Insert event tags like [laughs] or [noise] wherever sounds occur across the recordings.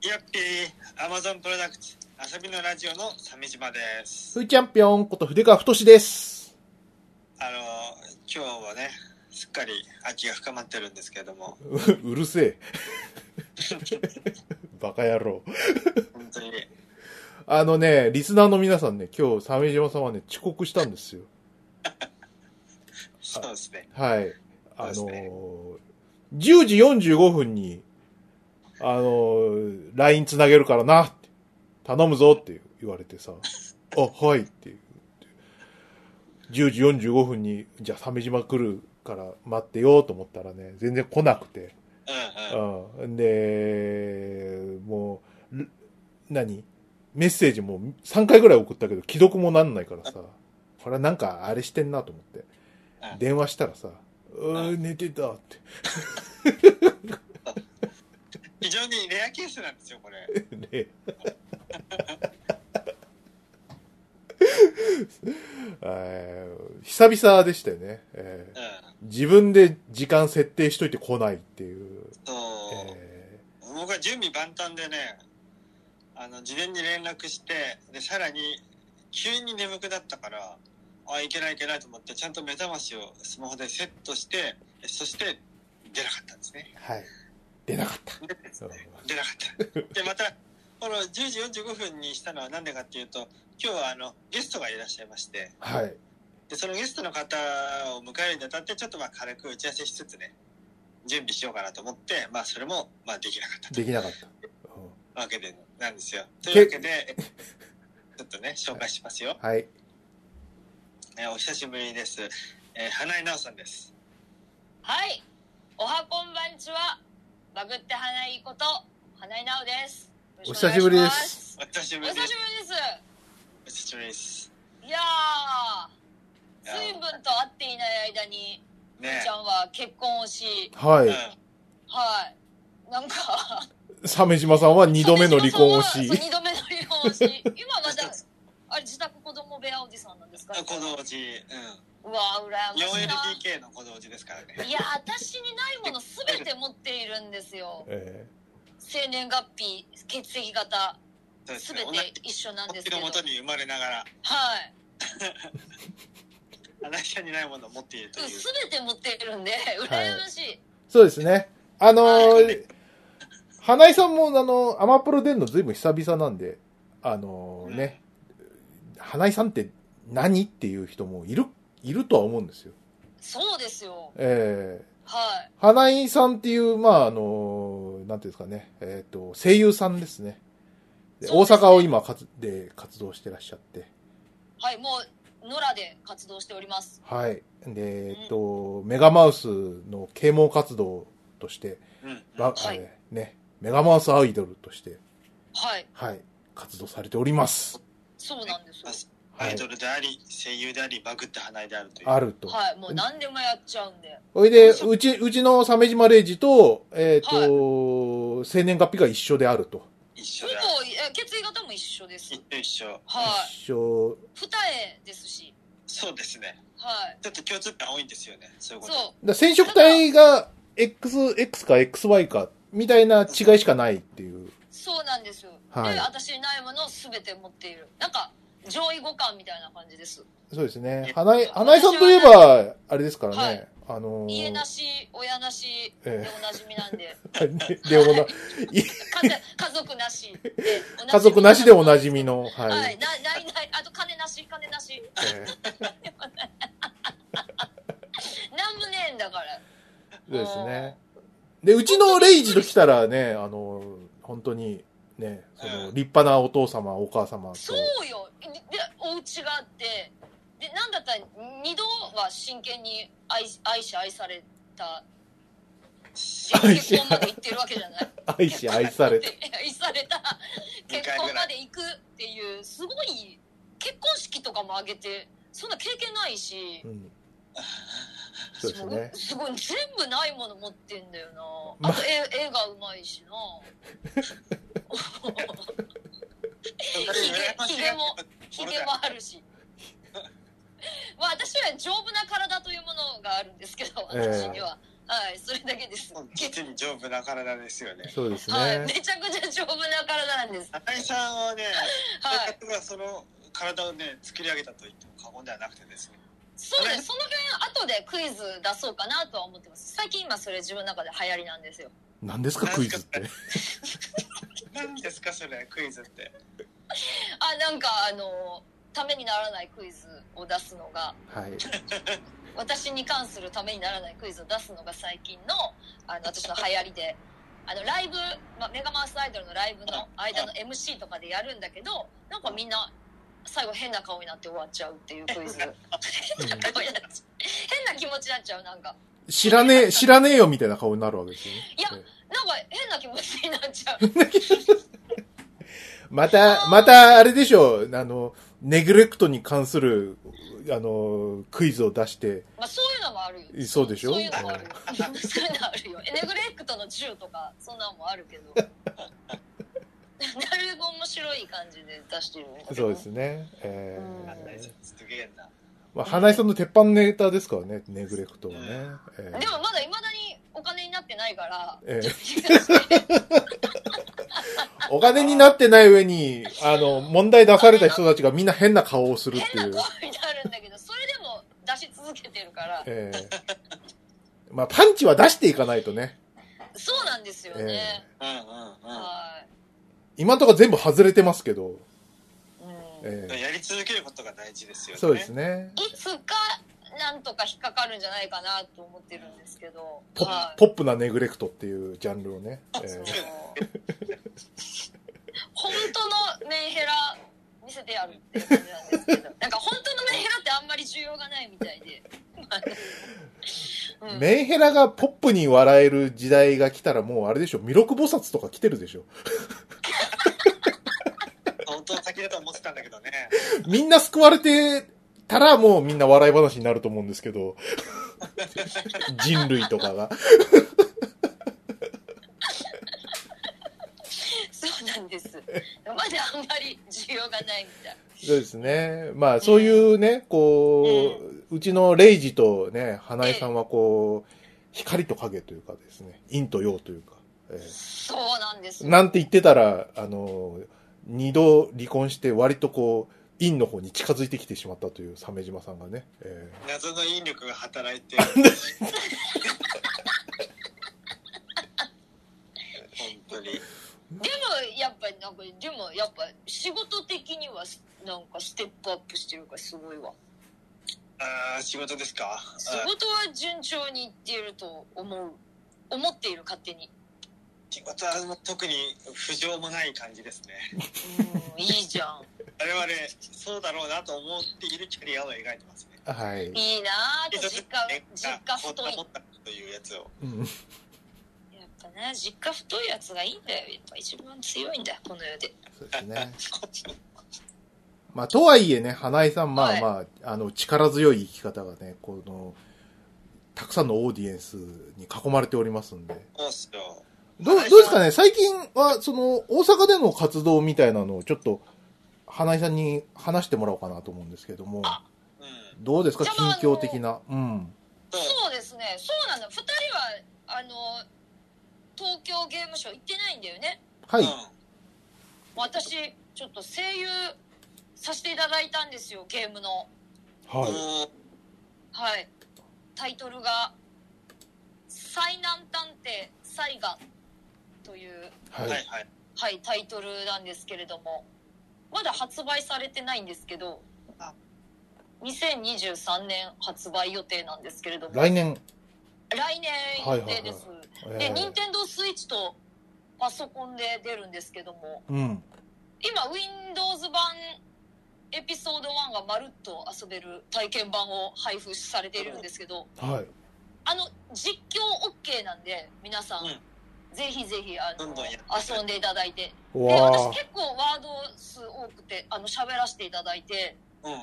きよっぴー、アマゾンプロダクツ、遊びのラジオの鮫島です。ふーチャンピオンこと筆川太志です。あの、今日はね、すっかり秋が深まってるんですけども、う [laughs] うるせえ。 [laughs] バカ野郎。本当に、あのね、リスナーの皆さんね、今日、鮫島さんはね、遅刻したんですよ。そうですね。はい。あのそうーですね10時45分に、あのー LINE つなげるからなって、頼むぞって言われ [laughs] てさ、あ、はいって言って、10時45分に、じゃあ鮫島来るから待ってようと思ったらね、全然来なくて、うんうん。うん。で、もう、ん何メッセージも3回ぐらい送ったけど、既読もなんないからさ、これはなんかあれしてんなと思ってう。ん電話したらさ、うー寝てたって。非常にレアケースなんですよ、これ。ね [laughs] えー久々でしたよね、えうーん。自分で時間設定しといて来ないっていう。そう。え僕は準備万端でねあの事前に連絡してでさらに急に眠くなったからあいけないいけないと思ってちゃんと目覚ましをスマホでセットしてそして出なかったんですねーはい。出なかった。で出なか [laughs] ったでまたこの10時45分にしたのは何でかっていうと今日はあのゲストがいらっしゃいましてはい。でそのゲストの方を迎えるにあたってちょっとまあ軽く打ち合わせしつつね準備しようかなと思って、まあ、それもまあできなかったとできなかった。わけでなんですよ。とけいうわけで、 [laughs] ちょっとね、紹介しますよ。はい。えーお久しぶりです。えー花井直さんです。はい。おはこんばんちは。バグって花井こと、花井直です。お久しぶりですお久しおぶり願いしでます。お久しす。ぶお久しぶりです。りです。いやー、いや随分と会っていない間に、みーねちゃんは結婚をし、はい。うはい。なんか、鮫島さんは [laughs] 二度目の離婚をしそう、二度目の離婚をし、今まだ、あれ、自宅子供部屋おじさんなんですかん。子供じ、ううわー、羨ん。ましいな。 4LDK の子供じですからね。いや、私にないものすべて持っているんですよ。え生年月日、血液型。そうですすべね。て同じ一緒なんですけ時ど。のもとに生まれながら、はい。花井さんにないものを持っているという。すべて持ってるんで、い羨ましい。ーそうですね。あのはー、花井さんも、あの、アマプロ出るのずいぶん久々なんで、あのーね、花井さんって何っていう人もいる、いるとは思うんですよ。そうですよ。えーはい。花井さんっていう、まあ、あのー、なんていうんですかね、えっ、と、声優さんですね。でそう大ですね阪を今かつで活動してらっしゃって。はい、もう、野良で活動しております。はい。で、えっと、メガマウスの啓蒙活動として、うん。うんばはいあれね、メガマウスアイドルとして、はい。はい、活動されております。そうなんですよ。はアイい。ドルであり、声優であり、バグって花井であるという。あると。はい。もう何でもやっちゃうんで。おいで、うち、うちの鮫島礼二と、えっ、と、生年月日が一緒であると。一緒ほだ。ぼ、え血液型も一緒です一。緒一緒。はい。一緒。二重ですし。そうですね。はい。ちょっと共通点多いんですよね。そういうこと。そだ染色体が X、X か XY か、みたいな違いしかないっていう。う。そうなんですよ。はいで、私にないものをすべて持っている。なんか、上位互換みたいな感じです。そうですね。花井、花井さんといえば、あれですからね。はいあのー家なし、親なしえでおなじみなんで。え [laughs] レオナ、家家族なしでおなじ [laughs] み家族なしでおなじみの、はい。はい、なないないあと金なし金なしえーなんもねえんだからそうですね。で、うちのレイジと来たらね、あの、本当に、ね、その、立派なお父様、お母様とそ、うよでお家があってでなんだったら二度は真剣に愛愛し愛された愛し結婚まで行ってるわけじゃない愛し愛されて、愛された二回ぐ結らい婚まで行くっていうすごい結婚式とかも挙げてそんな経験ないしうん。そうですごね。すごい全部ないもの持ってんだよなまあと絵,、絵がうまいしなひげもひげもあ [laughs] るしまあ私は丈夫な体というものがあるんですけどええ私には、はいそれだけですもう実に丈夫な体ですよね。そうですはい、ねめ。ちゃくちゃ丈夫な体なんです。中井さんはね、はい、中井がその体をね、作り上げたと言っても過言ではなくてですね。そうです。その辺後でクイズ出そうかなとは思ってます。最近今それ自分の中で流行りなんですよ。何ですか、クイズって。何ですか、それ、クイズって。あ、なんかあのためにならないクイズを出すのが、はい。私に関するためにならないクイズを出すのが最近の [laughs] あの私の流行りで。あのライブ、まあ、メガマウスアイドルのライブの間の MC とかでやるんだけどなんかみんな最後変な顔になって終わっちゃうっていうクイズ [laughs] 変な顔になっちゃう変な気持ちになっちゃうなんか知ら [laughs] ねえ、知らねえよみたいな顔になるわけですよね。いやええなんか変な気持ちになっちゃうまた、また、あれでしょう、あの、ネグレクトに関する、あの、クイズを出して、まあ、そういうのもあるよ。そうでしょそういうのもあるよ。 [laughs] そういうのあるよ。エネグレクトの銃とか、そんなんもあるけ [laughs] [laughs] ど。なるべく面白い感じで出してるんだけどそうです。ね。えうん中井さんえすげえな。まあ、花井さんの鉄板ネタですからね、ネグレクトはね。ええでもまだ未だにお金になってな [laughs] いから、ええお金になってない上 [laughs] に、あの、問題出された人たちがみんな変な顔をするってい変うな。声になるんだけど、それでも出し続けてるから、ええまあ、パンチは出していかないとね。そうなんですよね。うんうんは今んとこ全部外れてますけど。い。うんえうん。えやり続けることが大事ですよね。そうですね。いつか、なんとか引っかかるんじゃないかなと思ってるんですけど、ポはいポップなネグレクトっていうジャンルをね。えそうえ本当のメンヘラ見せてやるっていう感じなんですけどなんか本当のメンヘラってあんまり需要がないみた [laughs] いで、うんメンヘラがポップに笑える時代が来たらもうあれでしょ、弥勒菩薩とか来てるでしょ。本当は先だと思ってたんだけど [laughs] ね。みんな救われてたらもうみんな笑い話になると思うんですけ [laughs] ど。人類とかが。そうなんですまだあんまり需要がないみたいそうですね。まあそういうね、こう、うちのレイジとね、花江さんはこう、光と影というかですね、陰と陽というか。ええそうなんですよなんて言ってたら、あの、二度離婚して割とこう、陰の方に近づいてきてしまったという鮫島さんがね。え謎の引力が働 [laughs] いて本当にでもやっぱりなんかでもやっぱ仕事的にはなんかステップアップしてるからすごいわああ仕事ですか仕事は順調にいっていると思う思っている勝手に仕事はもう特に不条もない感じですねうんいいじゃん我々そうだろうなと思っているキャリアを描いてますねえはい。いいなあと実家実家ほっ太たいもったというやつをうんやっぱね、実家太いやつがいいんだよ。やっぱ一番強いんだよ、この世で。そうですね。そまあ、とはいえね、花井さん、まはあいまあ、あの、力強い生き方がね、この、たくさんのオーディエンスに囲まれておりますんで。うっすよどう、どうですかね最近は、その、大阪での活動みたいなのをちょっと、花井さんに話してもらおうかなと思うんですけども、うんどうですかじゃあ近まあ況的な。うん。そうそうですね、そうなの。二人は、あの、東京ゲームショウ行ってないんだよね。はい。もう私、ちょっと声優させていただいたんですよ、ゲームの。うんはもうはい。タイトルが、最南探偵、サイガという、い。はいは。はいいはい、タイトルなんですけれども、まだ発売されてないんですけどあ、 2023年発売予定なんですけれども。来年。来年予定です、えでー任天堂スイッチとパソコンで出るんですけどもうん。今 Windows 版エピソード1がまるっと遊べる体験版を配布されているんですけどはい。あの実況 OK なんで皆さん、うんぜひぜひあのどんどんやって遊んでいただいてうで私 [laughs] わー結構ワード数多くてあの喋らせていただいてうんうん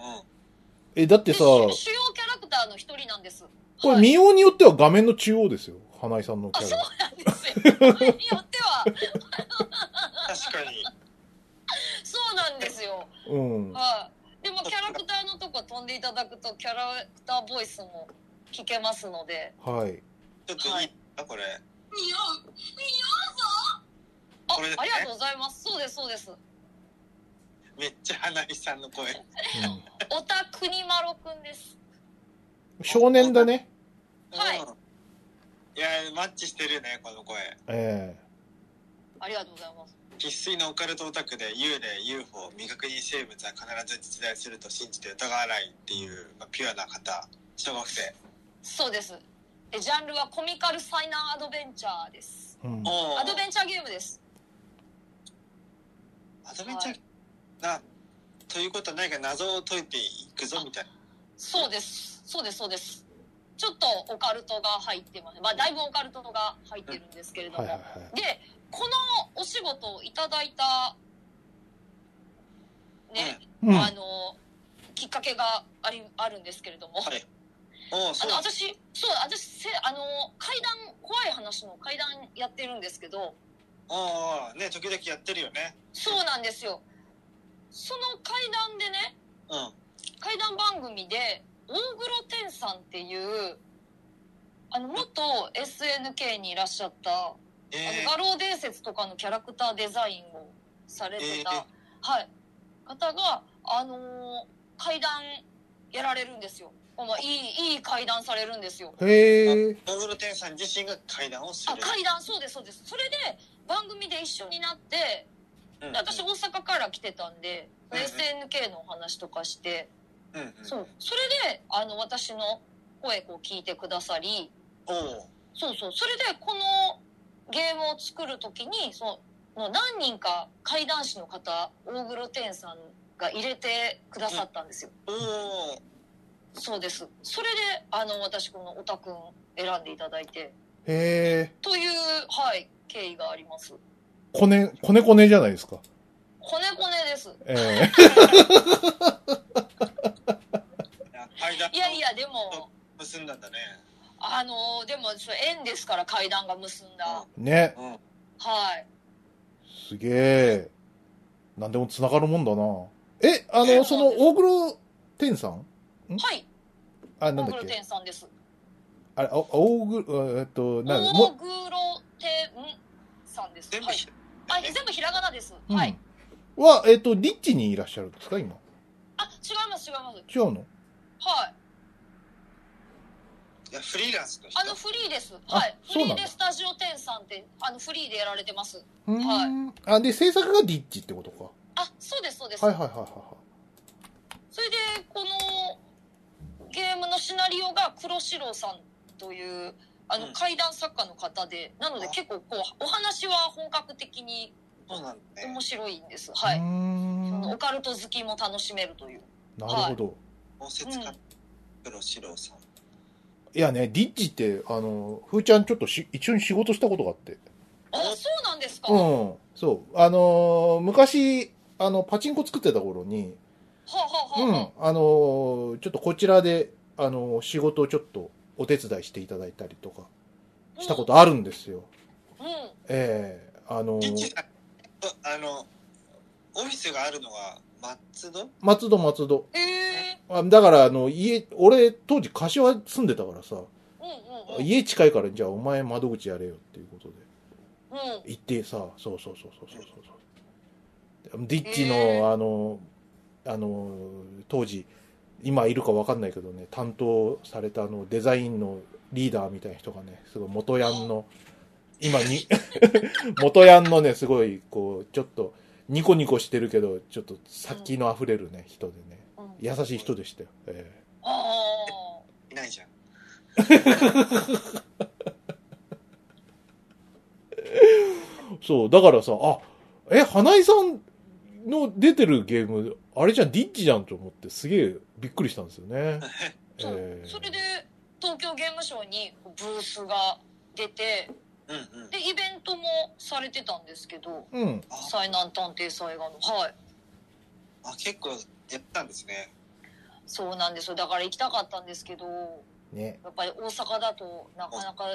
え、だってでさ、主主要キャラクターの一人なんですこれはい見ようによっては画面の中央ですよ。花井さんのキあャそラう。なんで [laughs] すよこれによっては確かにそうなんですよ。うん。はい。でもキャラクターのとこ飛んでいただくとキャラクターボイスも聞けますので、はい。ちょっといい、はいあこれ。匂う匂うぞあこれですねありがとうございますそうですそうですめっちゃ花井さんの声。オタクにまろくんです少年だね。はいうんいや、マッチしてるね、この声。えありがとうございます生粋のオカルトオタクで幽霊 UFO 未確認生物は必ず実在すると信じて疑わないっていう、まあ、ピュアな方小学生そうですえジャンルはコミカル災難アドベンチャーですえうんおーアドベンチャーゲームですアドベンチャーなということは何か謎を解いていくぞみたいなそうですそうですそうですちょっとオカルトが入ってますまあだいぶオカルトが入ってるんですけれども、はいはいでこのお仕事をいただいたね、はあい。のきっかけがありあるんですけれども、はいおおあそうの私そう私せあの階段怖い話の階段やってるんですけどおーおーね時々やってるよねそうなんですよその階段でねうん怪談番組で大黒天さんっていうあの元 SNK にいらっしゃった、えあの画廊伝説とかのキャラクターデザインをされてた、えーはい、方が、あのー怪談やられるんですよ、まあ、いいいい怪談されるんですよへえ。ー、大黒天さん自身が会談をすある怪談そうですそうですそれで番組で一緒になってうんうん私大阪から来てたんで、うんうん SNK のお話とかして。うんうんそうそれであの私の声を聞いてくださりおおそうそうそれでこのゲームを作る時にその何人か怪談師の方大黒天さんが入れてくださったんですよ、おおそうですそれであの私このオタくん選んでいただいてへえ。というはい経緯がありますこね、こねこねじゃないですか。こねこねですええ。会談いやいやでも結んだんだねあのでもそれ縁ですから怪談が結んだ、 [laughs] ね。うんはいすげえ。なんでも繋がるもんだな。え、あの、その、大黒天さんはいあ、な大んだっ黒け天さんですあれ、あ大黒、えっと、なんだ、大黒天さんです。全部はいひ、あ、全部ひらがなです。うんはい。。は、えっと、リッチにいらっしゃるんですか、今。あ、違います、違います。違うのはい。いやフリーランスとしてあの、フリーです。はい。あフそうリなーんだでスタジオ天さんって、あの、フリーでやられてます。うーん。あ、で、制作がリッチってことか。あ、そうです、そうです。はいはいはいはいはい。それで、このゲームのシナリオが黒四郎さんという、あうの、ん怪談作家の方で、なのであ結構こう、お話は本格的にそうなんだね面白いんです。はうーい。んそのオカルト好きも楽しめるという。なるほど。応接う官ん黒四郎さんいやね、リッチって、あの、ふーちゃんちょっとし一緒に仕事したことがあって。あ、そうなんですか。うはん。そう。あのー昔、あの、パチンコ作ってた頃に、あ、はあうはん。あはあのーちょっとこちらで、あのー仕事をちょっとお手伝いしていただいたりとか、あ。したことあるんですよ。うん。うん。ええあのーリッチさんとあのオフィスがあるのは松戸松戸松戸。ええあだから、あの、家、俺、当時、柏住んでたからさ、うんうんうん。家近いから、じゃあ、お前窓口やれよっていうことで。うん。行ってさそうそうそうそうそうそうそうディッチの、へーあのあの当時今いるか分かんないけどね担当されたあのデザインのリーダーみたいな人がねすごい元ヤンの今に元ヤンのねすごいこうちょっとニコニコしてるけどちょっと先のあふれるね人でねうん優しい人でしたよ、ええああ。いないじゃんそうだからさあえ花井さんの出てるゲームあれじゃんディッチじゃんと思ってすげえびっくりしたんですよね、 [laughs] そうえーそれで東京ゲームショウにブースが出てうんうんでイベントもされてたんですけどうんあ最南探偵祭画のはいあ結構やったんですねそうなんですよだから行きたかったんですけどねやっぱり大阪だとなかなか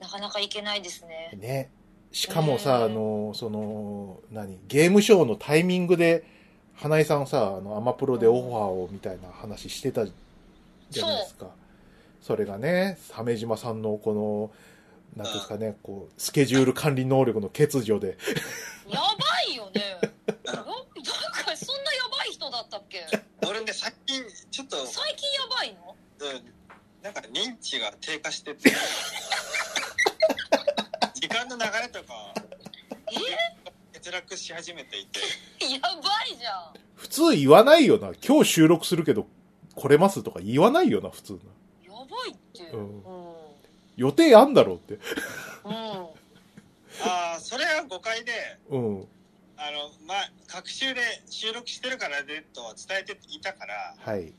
なかなか行けないですねねしかもさ、うんあのその何ゲームショーのタイミングで花井さんさあのアマプロでオファーをみたいな話してたじゃないですか、それがね、鮫島さんのこの、なんていうんですかね、こう、スケジュール管理能力の欠如で、やばいよね。 [laughs] やなんかそんなやばい人だったっけ？俺ね最近ちょっと、最近やばいの？うん、なんか認知が低下して [laughs] て時間の流れとか欠落し始めていてえやばいじゃん。普通言わないよな。今日収録するけど、来れますとか言わないよな、普通な。やばいって。ううんん。予定あんだろうって。うん。ああそれは誤解でうん。あのまあ隔週で収録してるからねとは伝えていたからはい。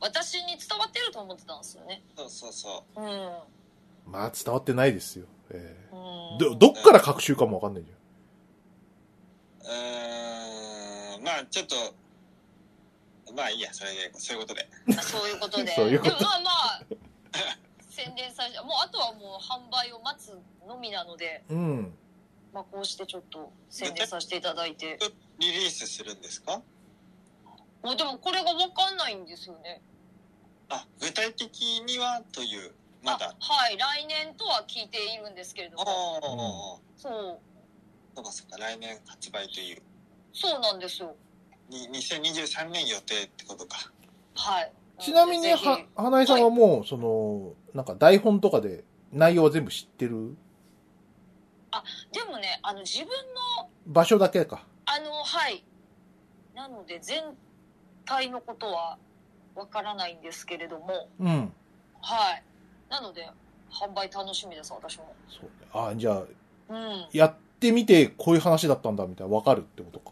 私に伝わってると思ってたんですよね。そうそうそうまあ、伝わってないですよ。ええん。うん。ど、どっから隔週かもわかんないじううーんまあちょっとまあいいやそれでそういうことであそういうことで。そういうことでもまあまあ。宣伝されもうあとはもう販売を待つのみなので、ゃん。うん。まあこうしてちょっと宣伝させていただいて。リリースするんですかもうでもこれがわかんないんですよね。あ具体的にはというまだあはい、来年とは聞いているんですけれどおーも。おーおーそう。そうかそうか来年発売というそうなんですよ。に2023年予定ってことかはい。ちなみに、ぜひは、花井さんはもう、その、なんか台本とかで内容は全部知ってるでもね、あの自分の、場所だけか。あの、はい。なので、全体のことはわからないんですけれども、うん。はい。なので、販売楽しみです、私も。そうね。あ、じゃあ、うん。うん。やってみて、こういう話だったんだ、みたいな、わかるってことか。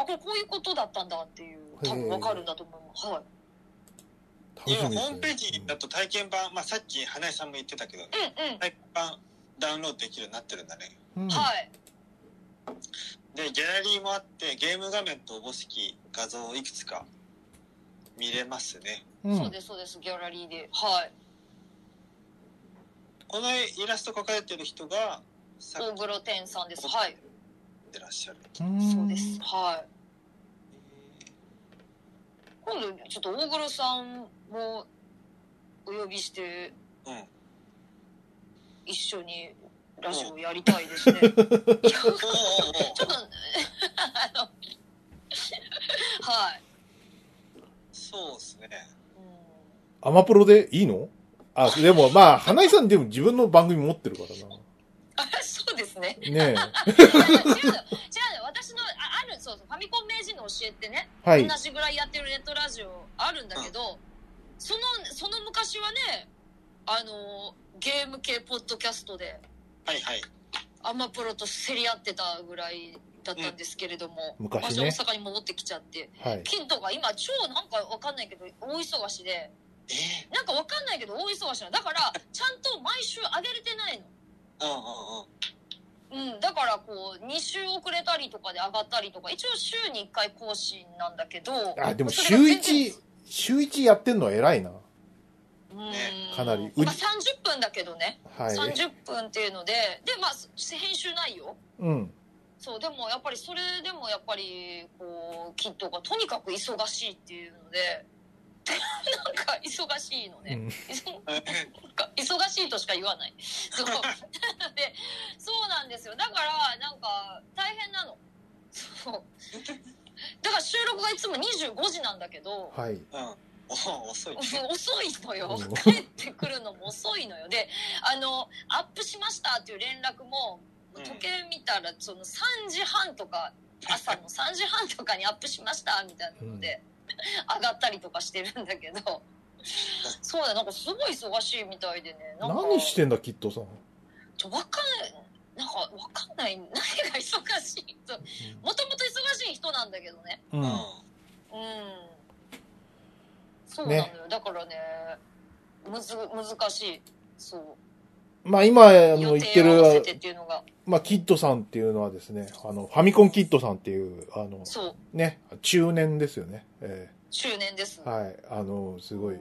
あ、これこういうことだったんだっていう、多分わかるんだと思います。はい。楽し今みです、ね。ホームページだと体験版、まあ、さっき花井さんも言ってたけどうんうん。体験版ダウンロードできるようになってるんだねうん、はい。でギャラリーもあってゲーム画面とおぼしき画像をいくつか見れますねうんそうです、そうです、ギャラリーで。はい。このイラスト描かれてる人がさ大っき黒天さんです。はい。でらっしゃるんそうです。。はい。今度ちょっと大黒さんもお呼びしてうん一緒にラジオやりたいですね。いやちょっおーおーおーとあの [laughs] はい。そうですねうんアマプロでいいのあ、でもまあ、花井さんでも自分の番組持ってるからあそうです [laughs] ね。 [laughs] な。ね違うの違うの私のああるそうそうファミコン名人の教えってね、え。はい同。じぐらいやってるネットラジオあるんだけど、そのその昔はねあのゲーム系ポッドキャストではいはいアマプロと競り合ってたぐらいだったんですけれども、うん昔ね私大阪に戻ってきちゃってはい。金とか今超なんかわかんないけど大忙しでえーなんかわかんないけど大忙しなのだからちゃんと毎週上げれてないの。うんうんうんうん、だからこう2週遅れたりとかで上がったりとか一応週に1回更新なんだけどあ、でもそ週れが全然1、週一やってんのは偉いな。うんかなりまあ、30分だけどね、はい。 30分っていうのででまあ編集ないようん。そうでもやっぱりそれでもやっぱりこうキッドがとにかく忙しいっていうので [laughs] なんか忙しいのね、うん忙なんか忙しいとしか言わないそうなのでそうなんですよだからなんか大変なのそうだから収録がいつも25時なんだけどは [laughs] い。うんおー遅いね遅いのようん帰ってくるのも遅いのよであのアップしましたっていう連絡もうん時計見たらその3時半とか [laughs] 朝の3時半とかにアップしましたみたいなので、上がったりとかしてるんだけどそうだよなんかすごい忙しいみたいでねなんか何してんだ、キットさん。ちょわかんなんかわかんない何が忙しいともともと忙しい人なんだけどねう。うんんうんそうなのよ、だからねむず難しいそうまあ今、あの、予言って定を合わせるてっていうのがまあ、キッドさんっていうのはですね、あの、ファミコンキッドさんっていう、あの、そうね、中年ですよね。え周年ですえはい。あの、すごい、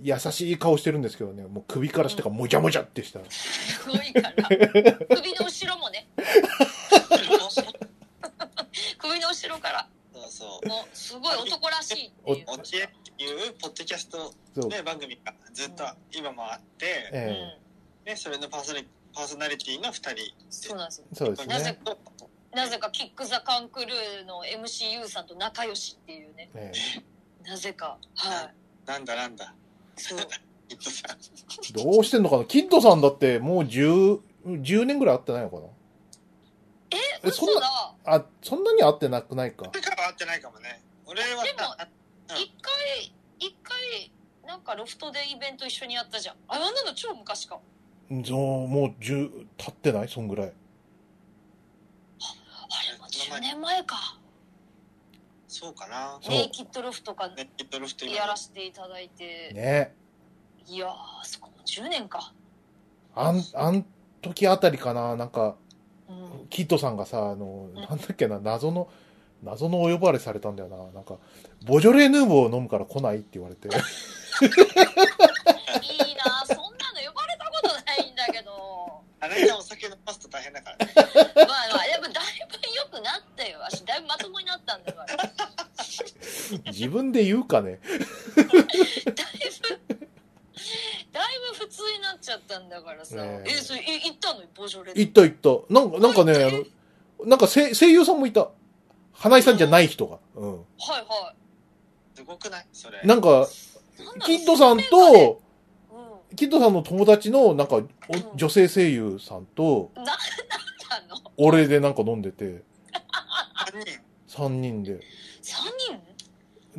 優しい顔してるんですけどね、もう首から下がもじゃもじゃってした。すご [laughs] いから首の後ろもねそう首の後ろからそうもうすごい男らしいっていうおちえっていうポッドキャストそう。ね、番組がずっと今もあって、うんええね、それのパーソナリパーソナリティの2人そうなんですよそうですなぜね。かなぜかキック・ザ・カンクルーの MCU さんと仲良しっていうねえなぜかはなんだなんだいそうきっとさえどうしてんのかなキッドさんだってもう10、10年ぐらい会ってないのかなええそんな嘘だあ、そんなに会ってなくないか。俺からは会ってないかもね俺はでもあうん一回一回なんかロフトでイベント一緒にやったじゃんああんなの超昔かそう、もう10、経ってないそんぐらい。あれも10年前かそうかなそうネイキッドロフとかネットドルフト今やらせていただいて、ねいやーそこも10年かあん、あん時あたりかな、なんか、うんキッドさんがさ、あの、なんだっけな、謎の、謎のお呼ばれされたんだよな。なんか、ボジョレ・ヌーボーを飲むから来ないって言われて。 [laughs] いいなそんなの呼ばれたことないんだけ [laughs] どあれじゃお酒飲ますと大変だからねまあまあやっぱだいぶ良くなったよ私だいぶまともになったんだから [laughs] だい自分で言うかね。ぶだいぶ普通になっちゃったんだからさ、ねええそれい行ったのボジョレ行った行った。なんか、なんかね、あの、なんか声声優さんもいた。花井さんじゃない人が。うん。はいはすごくないそれなんか、いなんだろうキッドさんその面がねと、 [laughs] うキッドさんの友達の、なんか、おん女性声優さんと、んななんなの俺でなんか飲んでて、 3人3人で。三人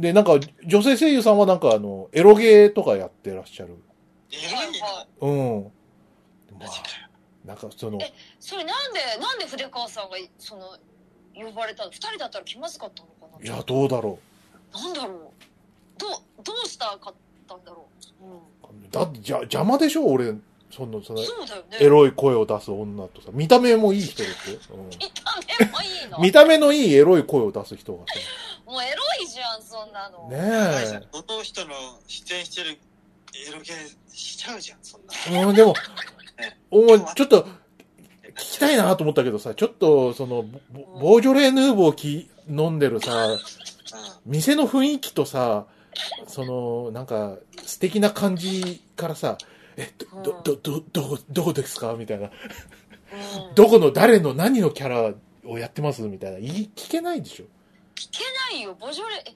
で、なんか、女性声優さんはなんか、あの、エロゲーとかやってらっしゃる。エロいな、はいはうん。まマジあか、なんか、その、えそれなんでなんで筆川さんがその呼ばれたの二人だったら気まずかったのかないや、どうだろなんだろうどうどうしたかったんだろう、うう。だって、じゃ、邪魔でしょ俺、その、そのん、、そうだよねエロい声を出す女とさ、見た目もいい人ですよ。うん見た目もいいの見た目のいいエロい声を出す人がさもうエロいじゃんそんなの、はいじゃねんその人の出演してるエロゲーしちゃうじゃんそんなえ。うん、で [laughs] も、お前、ちょっと、聞きたいなと思ったけどさ、ちょっと、その、ボボージョレ・ヌーボーき飲んでるさ、う店の雰囲気とさ、その、なんか、素敵な感じからさ、え、ど、ど、ど、ど、どこ、どこですかみたいな。うん、どこの、誰の、何のキャラをやってますみたいな。い聞けないでしょ。聞けないよボジョレえ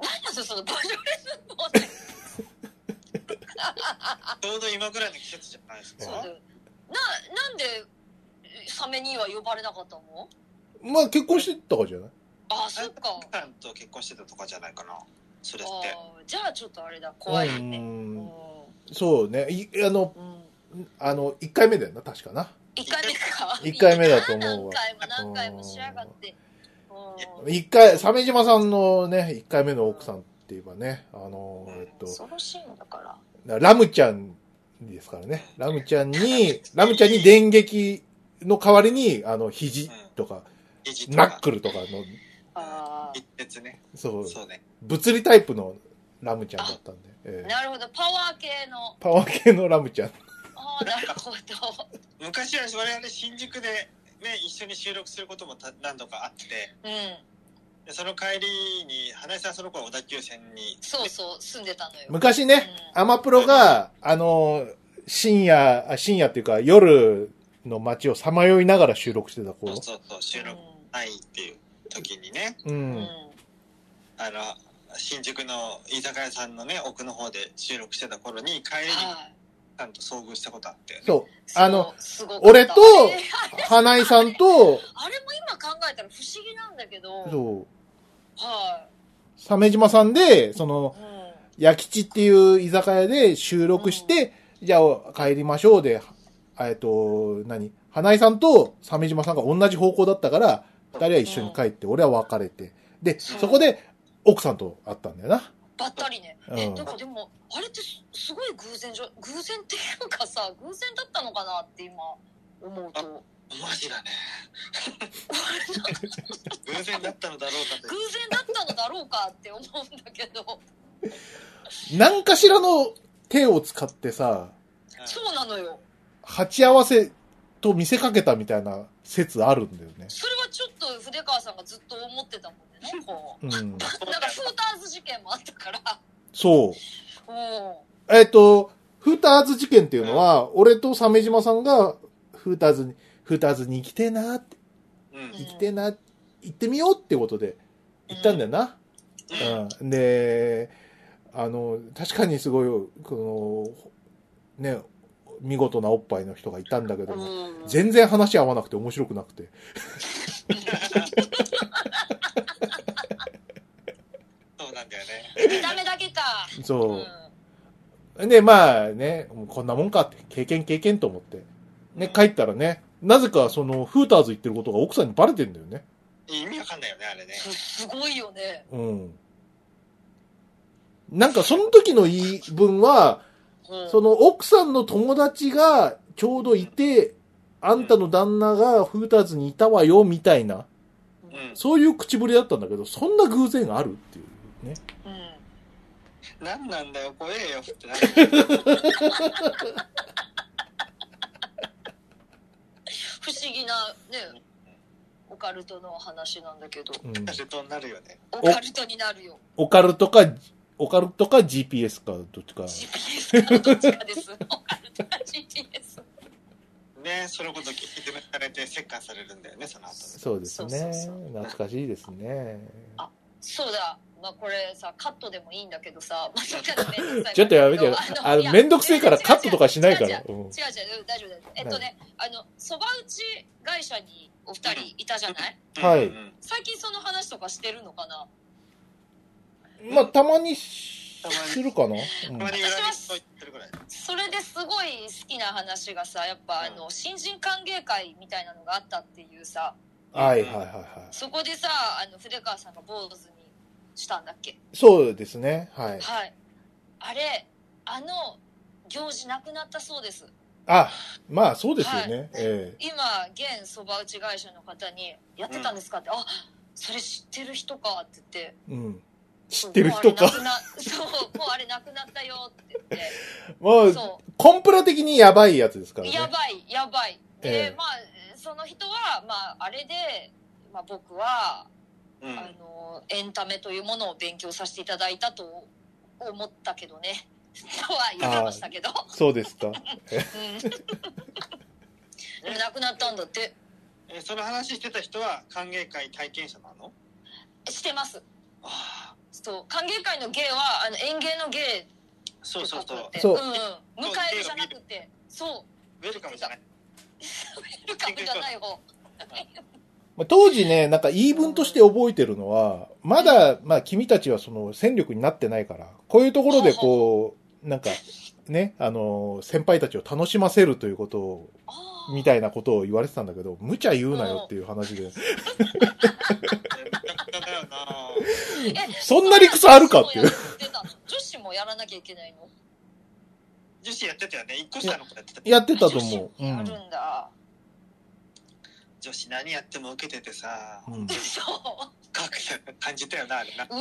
何だそそのボジョレヌーボーってんちょうど今ぐらいの季節じゃないですかそうだよななんでサメには呼ばれなかったのまあ、結婚してたからじゃないああそっかさんと結婚してたとかじゃないかなそれあってーじゃあちょっとあれだ怖いよう。ねうんんそうね。いあの、うんあの、1回目だよな、確かな。一回目か一回目だと思うわ何回も何回もしやがってうん一回、鮫島さんのね、一回目の奥さんって言えばね、あの、うんえっと、恐ろしいんだからラムちゃんですからね。ラムちゃんに、ラムちゃんに電撃の代わりに、あの、肘とか、エジとナッかクルとかの、あー一徹ねそう、そうね物理タイプのラムちゃんだったんで、ええなるほどパワー系のパワー系のラムちゃん。ああなるほど昔は我々新宿でね一緒に収録することもた何度かあってうんでその帰りに花井さんその頃小田急線にそうそう住んでたのよ昔ね、アマプロが、あの、深夜、あ深夜っていうか、夜の街をさまよいながら収録してたそう頃。そうそうう収ん録ないっていう時にねううんん。あの新宿の居酒屋さんのね奥の方で収録してた頃に帰りにはいさんと遭遇したことあってそう。そうあのすごかった俺とえー花井さんと、あれも今考えたら不思議なんだけどそう、は鮫島さんで、その、いうん焼き地っていう居酒屋で収録して、じゃあ帰りましょうで、えっと、何花井さんと鮫島さんが同じ方向だったから、二人は一緒に帰って、俺は別れて。で、そこで奥さんと会ったんだよな。ばったりね、うんえなんかでもあれってすすごい偶然じゃ偶然っていうかさ偶然だったのかなって今思うとあ偶マジだね偶然だったのだろうかという然だったのだろうかって思うんだけど何かしらの手を使ってさ、うんそうなのよ鉢合わせと見せかけたみたいな説あるんだよね。それはちょっと筆川さんがずっと思ってたもんねなんかうん。なんかフーターズ事件もあったからそう。うんおえっと、フーターズ事件っていうのは、俺と鮫島さんが、フーターズに、フーターズに行きてえなって、うんうん行きてえな、行ってみようってことで、行ったんだよな。うん。で、あの、確かにすごい、この、ね、見事なおっぱいの人がいたんだけども、お。うん全然話合わなくて面白くなくて。そうなんだよね。見た目だけか。うそんう。で、まあね、もうこんなもんかって、経験経験と思って。ね、帰ったらね、なぜかその、フーターズ行ってることが奥さんにバレてんだよね。意味わかんないよね、あれね。すすごいよね。うん。なんかその時の言い分は、うんその奥さんの友達がちょうどいて、あんたの旦那がフーターズにいたわよ、みたいな、うん。そういう口ぶりだったんだけど、そんな偶然あるっていうね。うんなんなんだよ、怖えよってなる。不思議なね、オカルトの話なんだけど、うん。シュトになるよね。オカルトになるよ。オカルトか、オカルトか GPS か、どっちか。 GPS かどっちかです。オカルトか GPS。ね、そのこと聞いてされて、切開されるんだよね、その後ね。そうですね。そうそうそう懐かしいですね。そうだ。まあこれさ、カットでもいいんだけどさ、 [laughs] まあそれからめんどくさいちょっとやめてよ。あいの、やめんどくせえからカットとかしないか違う違らう。うん違う違う、大丈夫大丈夫。えっとね、あの、そば打ち会社にお二人いたじゃないはいうんうん最近その話とかしてるのかなまあ、たまにしたまにするかな。たまに裏切っと言ってるぐらい。それですごい好きな話がさ、やっぱあの、新人歓迎会みたいなのがあったっていうさ、うんはいはいはいはそこでさ、あの、筆川さんが坊主にしたんだっけい。そうですね。はい。はい。あれ、あの行事なくなったそうです。あ、まあそうですよね。え今、現そば打ち会社の方に、やってたんですかって、あ、それ知ってる人かって言って。えうん。知ってる人もうあか。れなくな [laughs] そう、もうあれなくなったよって言 [laughs] って。もう、そコンプラ的にやばいやつですかう。らね。やばい、やばい。えで、えまあ、その人は、まあ、あれで、まあ、僕は、うん。あの、エンタメというものを勉強させていただいたと思ったけどね。 [laughs] とは言ってましたけど。そうですか。うん [laughs] でも亡くなったんだってえ、その話してた人は歓迎会体験者なのしてますああ、そう歓迎会の芸はあの園芸の芸そうそうそう。ウそううんうん、迎えるじゃなくてそうェルカムじゃない。ルカムじゃない方まあ、当時ね、なんか言い分として覚えてるのは、まだ、まあ君たちはその戦力になってないから、こういうところでこう、なんか、ね、あの、先輩たちを楽しませるということを、あーみたいなことを言われてたんだけど、無茶言うなよっていう話で、めちゃくちゃだよな。えそんな理屈あるかっていうそんな理屈やってた女子もやらなきゃいけないの女子やってたよね。一個下の子やってた。やってたと思う。う女子もやん。るんだ、 [laughs] 女子何やっても受けててさ、うんそう格差感じたよな、あれな。うわ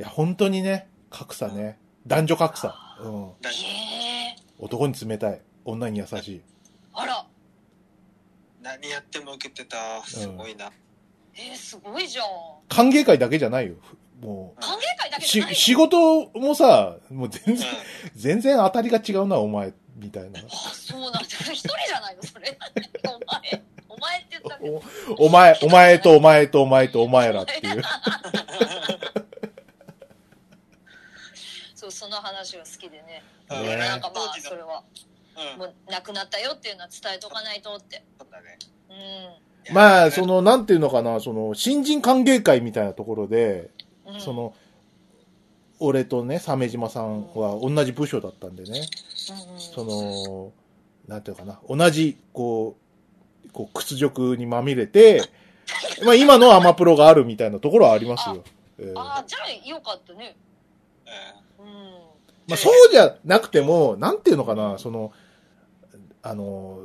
いや、本当にね、格差ね。男女格差。うん。ーだへえ男に冷たい。女に優しい。あら何やっても受けてた。すごいな。えー、すごいじゃん歓迎会だけじゃないよ。も歓迎会だう。けじしゃない、の仕事もさ、もう全うん然、全然当たりが違うな、お前、みたいな。あそうなんだ一人じゃないの [laughs] それお前お前って言ったけどお、お前、お前とお前とお前とお前らって [laughs] いう。そうその話が好きでねうんねなんかま当あ時のそれはうんもう亡くなったよっていうのは伝えとかないとってそうだね。うんまあ、その、なんていうのかな、その、新人歓迎会みたいなところで、うんその、俺とね、鮫島さんは同じ部署だったんでね。うんうんその、なんていうのかな、同じ、こう、こう屈辱にまみれて、まあ今のアマプロがあるみたいなところはありますよ。えーああじゃあよかったねううんまあそうじゃなくても、なんていうのかな、その、あの、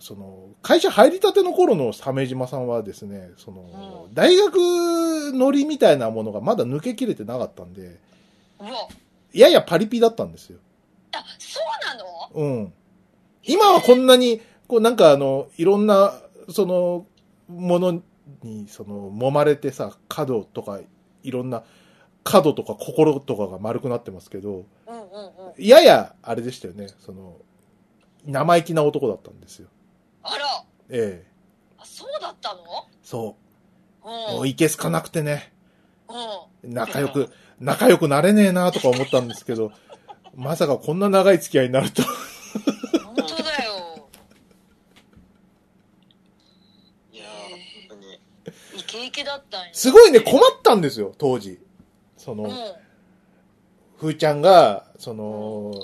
その、会社入りたての頃の鮫島さんはですね、そのう、ん大学乗りみたいなものがまだ抜けきれてなかったんで、うわややパリピだったんですよ。あそうなのうん。今はこんなに、こうなんかあの、いろんな、その、ものに、その、揉まれてさ、角とか、いろんな、角とか心とかが丸くなってますけど、うんうんうんうん。やや、あれでしたよね。その、生意気な男だったんですよ。あら、ええあそうだったのそうんう。。もういけすかなくてね、う仲良く、仲良くなれねえなとか思ったんですけど、まさかこんな長い付き合いになると。ん。本当だよ。いやー、本当に。イケイケだったんや。すごいね、困ったんですよ、当時。その、うん。ふーちゃんが、その、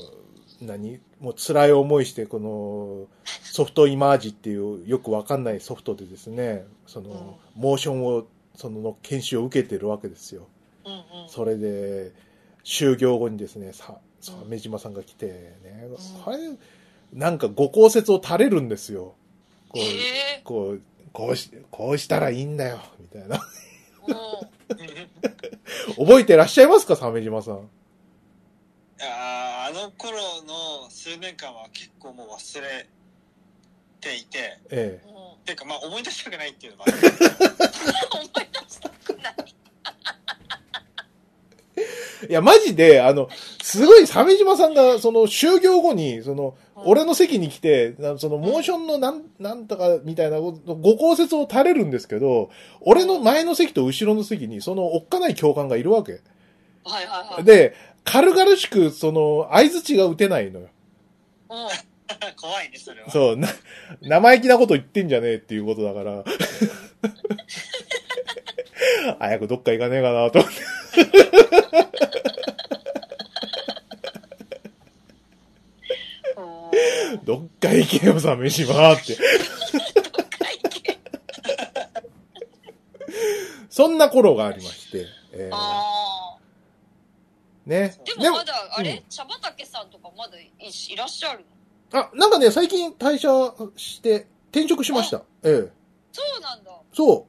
何もう辛い思いして、この、ソフトイマージっていうよくわかんないソフトでですね、その、モーションを、その、研修を受けてるわけですよ。うんうん。それで、就業後にですね、さ、さうん目島さんが来てねうん、これ、なんかご公説を垂れるんですよ。こう、ええこう、こうし、こうしたらいいんだよ、みたいな。うん。覚えてらっしゃいますか、鮫島さん。 [laughs] いやーあの頃の数年間は結構もう忘れていて、ええ。うん。思ていうかまあ思い出したくないっていうのも [laughs] ある。い出したくない。いや、マジで、あの、すごい、鮫島さんが、その、就業後に、その、俺の席に来て、なその、モーションのなん、なんとか、みたいなこと、ご公説を垂れるんですけど、俺の前の席と後ろの席に、その、おっかない教官がいるわけ。はいはいはい。で、軽々しく、その、相槌が打てないのよ。うん。怖いね、それは。そう、な、生意気なこと言ってんじゃねえっていうことだ [laughs] から。早くどっか行かねえかなと思って。 [laughs] おーどっか行けよ、鮫島って。どっか行け。そんな頃がありまして。えーあねー。。ででももまだ、あうんれ茶畑さんとかまだいいらっしゃるのあ、なんかね、最近退社して、転職しました。ええ。そうなんだ。そ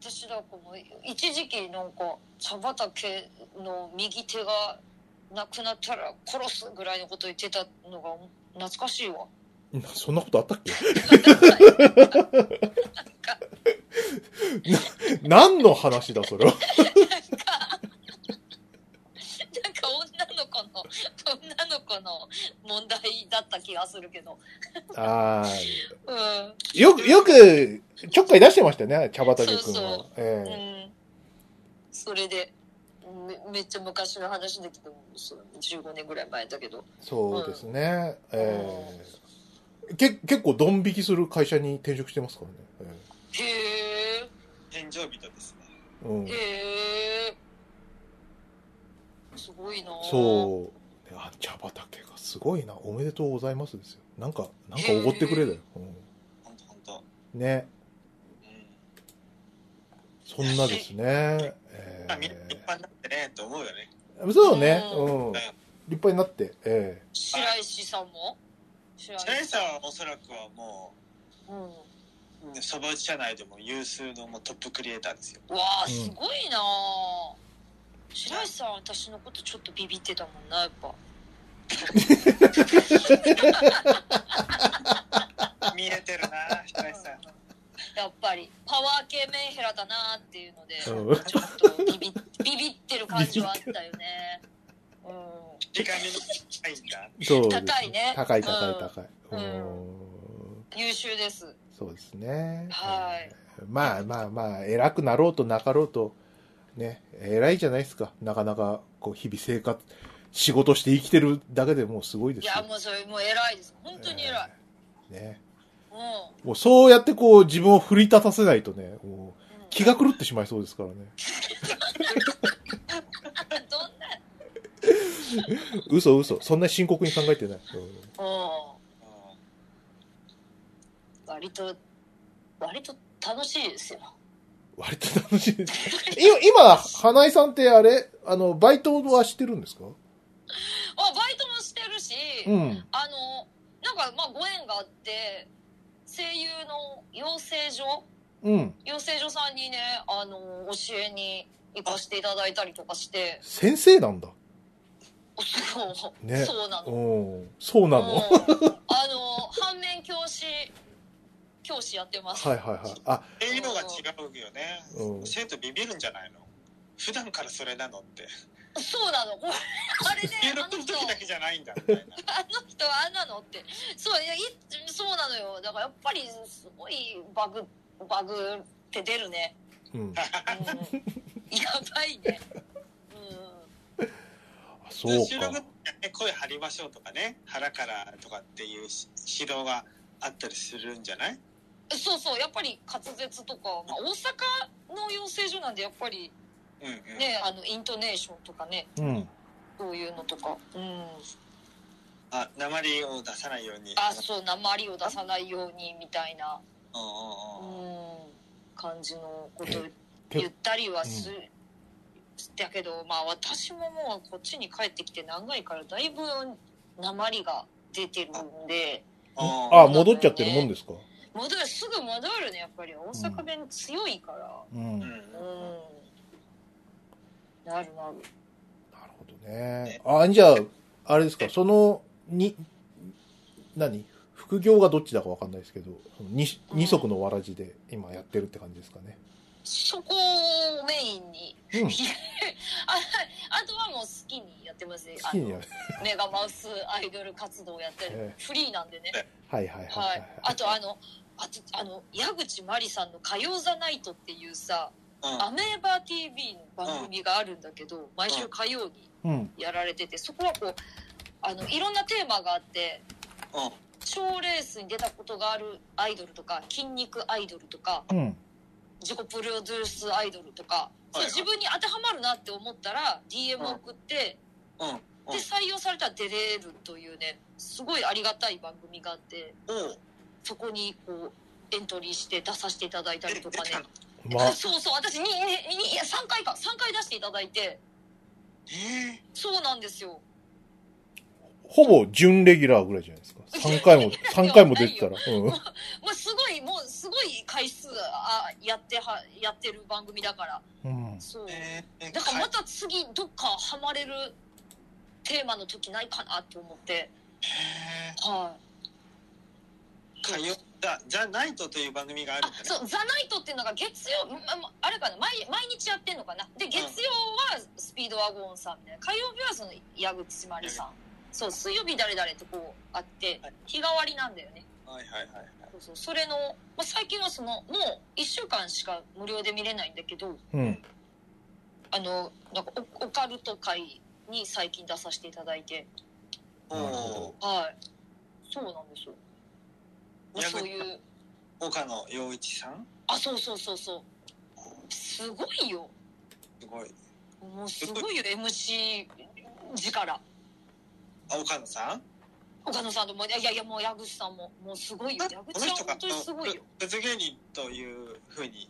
私だかもう一時期なんか茶畑の右手がなくなったら殺すぐらいのこと言ってたのが懐かしいわう。なそんなことあったっけ何の話だ、それは。 [laughs] なんか女の子の女の子の問題だった気がするけどああ。うんよく、よく、ちょっかい出してましたよね、茶畑くんは。そうそうえうえんそれでめめっちゃ昔の話だけどそう15年ぐらい前だけどそうですね。ええけ結構、ドン引きする会社に転職してますからね。へえ天井人ですね。ええうん、へえすごいなそう。あ茶畑がすごいな。おめでとうございますですよ。なんか、なんかおごってくれだよ。ほんとほんと。うん、ね。うん。そんなですね。えまあみんな立派になってね、と思うよね。ー、そうね、ううん。立派になって。え白石さんも白石白石さんはおそらくはもうん、う、うんそば打ち社内でも有数のもうトップクリエイターですよ。わあうんすごいなあ、白石さんは私のことちょっとビビってたもんなやっぱ見えてるな、白石さん。[laughs] やっぱりパワー系メンヘラだなっていうのでえちうんょっとビ [laughs] ビビビってる感じはあったよねう時間に高いんだ。そうです高いね高い高ういん高い。うんうんん優秀ですそうですね。はいえーまあまあまあ、偉くなろうとなかろうと、ね、偉いじゃないですか。なかなか、こう、日々生活、仕事して生きてるだけでもうすごいでいすよ。やもうそれもう偉いです本当に偉い、えーね。うんもうそうやってこう、自分を奮い立たせないとね、もううん気が狂ってしまいそうですからね。どんな嘘嘘。そんな深刻に考えてない。うんううんん割と割と楽しいですよ割と楽しいです。今、今、花井さんってあれあの、バイトはしてるんですかあバイトもしてるし、うん。あのなんかまあご縁があって声優の養成所うん。養成所さんにねあの教えに行かせていただいたりとかして先生なんだ。そう,、ね [laughs] そうなのうん。そうなの、はうんあの反面教師教師やってます、いはいはい。あ、栄養が違うよね、うん生徒ビビるんじゃないの普段からそれなのってそうなのこれあ [laughs] れで収あ録のの人時だけじゃないんだみたいな。あの人はあんなのってそういやいそうなのよだからやっぱりすごいバグバグって出るね、うん。 [laughs] うん、やばいねあ収そう録かっ。て声張りましょうとかね、腹からとかっていうし指導があったりするんじゃないうんそうそうやっぱり滑舌とか、まあ、大阪の養成所なんでやっぱりうんうん。ねあのイントネーションとかねうん。そういうのとか、うん、あ、鉛を出さないように。あそう鉛を出さないようにみたいな、ううんうんうん。ん、感じのこと言ったりはす、だけどまあ私ももうこっちに帰ってきて長いからだいぶ鉛が出てるんであ、あ戻っちゃってるもんですか。戻るすぐ戻るねやっぱり大阪弁強いからう。うんんうなんるうん、なるなるほどね。あ、じゃあ、あれですか、その、に、何副業がどっちだかわかんないですけど、その二二足のわらじで今やってるって感じですかね。そこをメインに [laughs] うん。好ああとはもう好きにやってますねあきのにやる。メガマウスアイドル活動をやったり、えフリーなんでね、はいはいはいははいい、あとあのあとあの矢口真理さんの「火曜ザナイト」っていうさアメーバー TV の番組があるんだけど、毎週火曜にはい。うん。やられててそこはこうあのいろんなテーマがあってうん。賞レースに出たことがあるアイドルとか筋肉アイドルとかうん。自己プロデュースアイドルとか、そうはいはい自分に当てはまるなって思ったら DM 送って、うん。うん。で採用されたら出れるというねすごいありがたい番組があっておうそこにこうエントリーして出させていただいたりとかねえ出たのまあ、 [laughs] そうそう私にににいや3回か3回出していただいてえそうなんですよほぼ準レギュラーぐらいじゃないですか。3回 [laughs] も、三回も出てたら。うん。もうすごいもうすごい回数あやってはやってる番組だからうん。そうーえーだからまた次どっかハマれるテーマの時ないかなと思ってえはいー火曜だじゃないとという番組があるあんだね。そう「ザナイトっていうのが月曜ままあれかな毎毎日やってんのかなで月曜はスピードワゴンさんみたいな火曜日はその矢口まりさんそう水曜日誰々ってこうあってはい日替わりなんだよねはいはいはいはい。そうそうそれの、まあ、最近はそのもう1週間しか無料で見れないんだけどうん。あのなんかオオカルト会に最近出させていただいてなるおほうはいそうなんですよ、まあ、矢口そういう岡野陽一さんあそうそうそうそうすごいよすごい。もうすごいよ MC 力あ、岡野さん岡野さんともいやいやもう矢口さんももうすごいよ矢口このさんは人が本当にすごいよ別芸人というふうに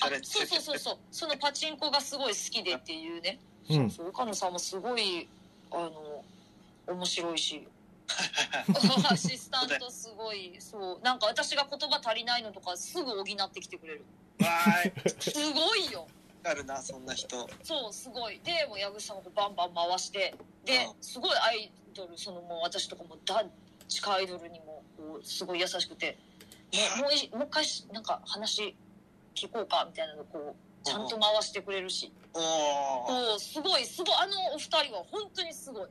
あされてそうそうそうそうそのパチンコがすごい好きでっていうねうん。そう岡野さんもすごいあの面白いしアシスタントすごいそうなんか私が言葉足りないのとかすぐ補ってきてくれるわーい。すごいよあるな、そんな人。そうすごいでもう矢口さんがこうバンバン回してでうんすごいアイドルそのもう私とかもだ地下アイドルにもこうすごい優しくてもうもういもう一回しなんか話聞こうかみたいなのこうちゃんと回してくれるしおお。そうすごいすごいあのお二人は本当にすごい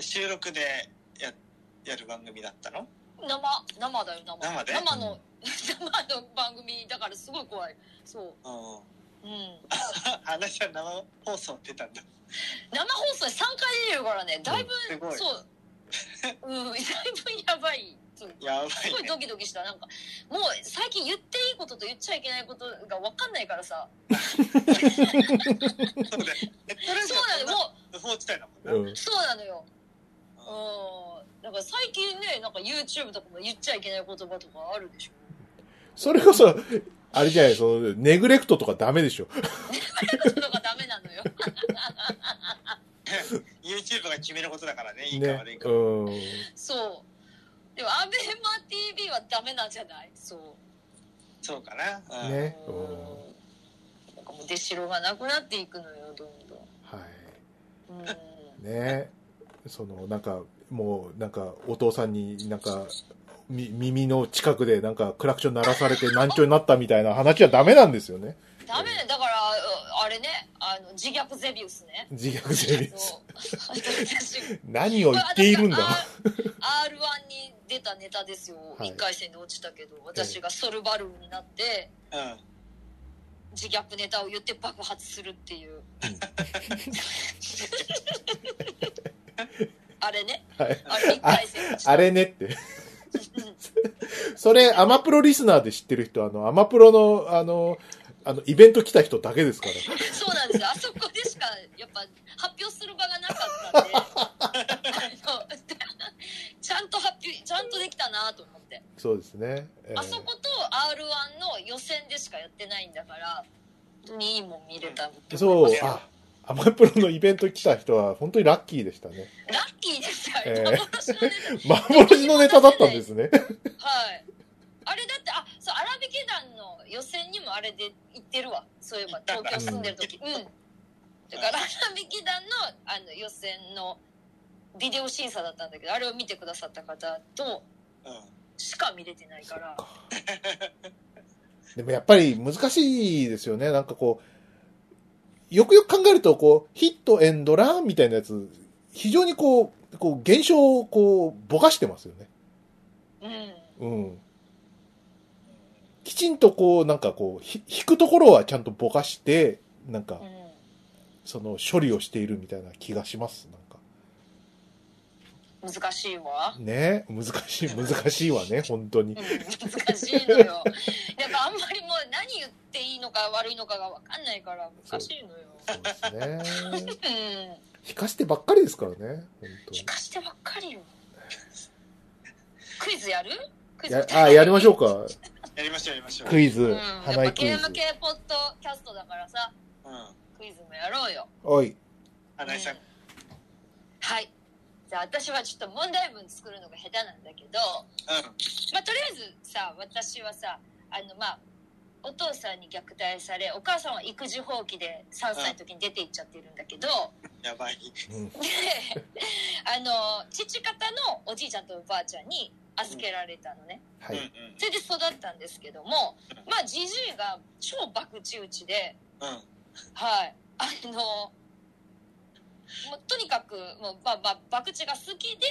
収録でややる番組だったの生生だよ生生での生の番組だからすごい怖いそううん。 [laughs] うん話は生放送出たんだ。生放送で3回出てるからねだいぶすごい。そう。うん、だいぶやばい。す [laughs] やばいごいね。ドキドキした。なんか、もう最近言っていいことと言っちゃいけないことが分かんないからさ。そうだよ。ネットラジそオうなのよ、も無法地帯だもんうな。んう、。そうなのよ。うん。だから最近ね、なんか YouTube とかも言っちゃいけない言葉とかある [laughs] でしょ。それこそ、あれじゃない、その、ネグレクトとかダメでしょ。そういうのがダメなのよ。 YouTube が決めることだからね、いいかね悪い。か。うん。そう。でも、アベマ TV はダメなんじゃないそう。そうかな。うん。ね。ううんん。なんかもう出しろがなくなっていくのよ、どんどはん。うんい。ね。その、なんか、もう、なんか、お父さんになんか、み耳の近くでなんかクラクション鳴らされて難聴になったみたいな話はダメなんですよね。ダメだよだからああれねあの自虐ゼビウスね自虐ゼビウスそう私何を言っているんだこれ私が R- R1 に出たネタですよ、はい1回戦で落ちたけど私がソルバルーンになってうん。自虐ネタを言って爆発するっていう、あれねはいあれ1回戦落ちたあれねって。それ、アマプロリスナーで知ってる人、あの、アマプロの、あの、あの、イベント来た人だけですから。そうなんですよあそこでしかやっぱ発表する場が [laughs] なかったんであのちゃんと発表ちゃんとできたなと思って、そうですね。えーあそこと r 1の予選でしかやってないんだから本当にいいもん見れたそう、あ、アマプロのイベント来た人は、本当にラッキーでしたね。ラッキーですよ、ええ幻のネタ幻のネタだったんですね。はい。あれだって、あ、そう、荒引け団の予選にもあれで行ってるわ。そういえば、行ったん東だ京住んでる時。うん。だから、荒引け団の、あの、予選のビデオ審査だったんだけど、あれを見てくださった方とうん。しか見れてないから。 [laughs] でもやっぱり難しいですよね。なんかこう、よくよく考えると、こう、ヒットエンドランみたいなやつ、非常にこう、こう、現象をこう、ぼかしてますよね。うん。うん。きちんとこう、なんかこう、ひ引くところはちゃんとぼかして、なんかう、ん。その処理をしているみたいな気がします。なんか。難しいわ。ね難しい、 [laughs] 難しいわね、本当にう。ん、難しいのよ。やっぱあんまりもう何言っていいのか悪いのかが分かんないから難しいのよ。そうです [laughs] ね。うん。引かしてばっかりですからね、本当に聞。かしてばっかりよ。クイズやるクイズや、 [laughs] あ、やりましょうか。やりましょう、やりましょう。クイズ。うん、花やっ井ぱクイゲーズム。系ポッドキャストだからさ、うん。クイズもやろうよ。おい。花井さんうん。はい。じゃあ私はちょっと問題文作るのが下手なんだけど、まあとりあえずさ、私はさ、あのまあ、お父さんに虐待され、お母さんは育児放棄で3歳の時に出て行っちゃってるんだけど、うん。やばい。うん。であの、父方のおじいちゃんとおばあちゃんに預けられたのね。はうんい。それで育ったんですけどもまあじじいが超博打打ちでうん。うん。はいあのもうとにかくもう、まあまあ、博打が好きで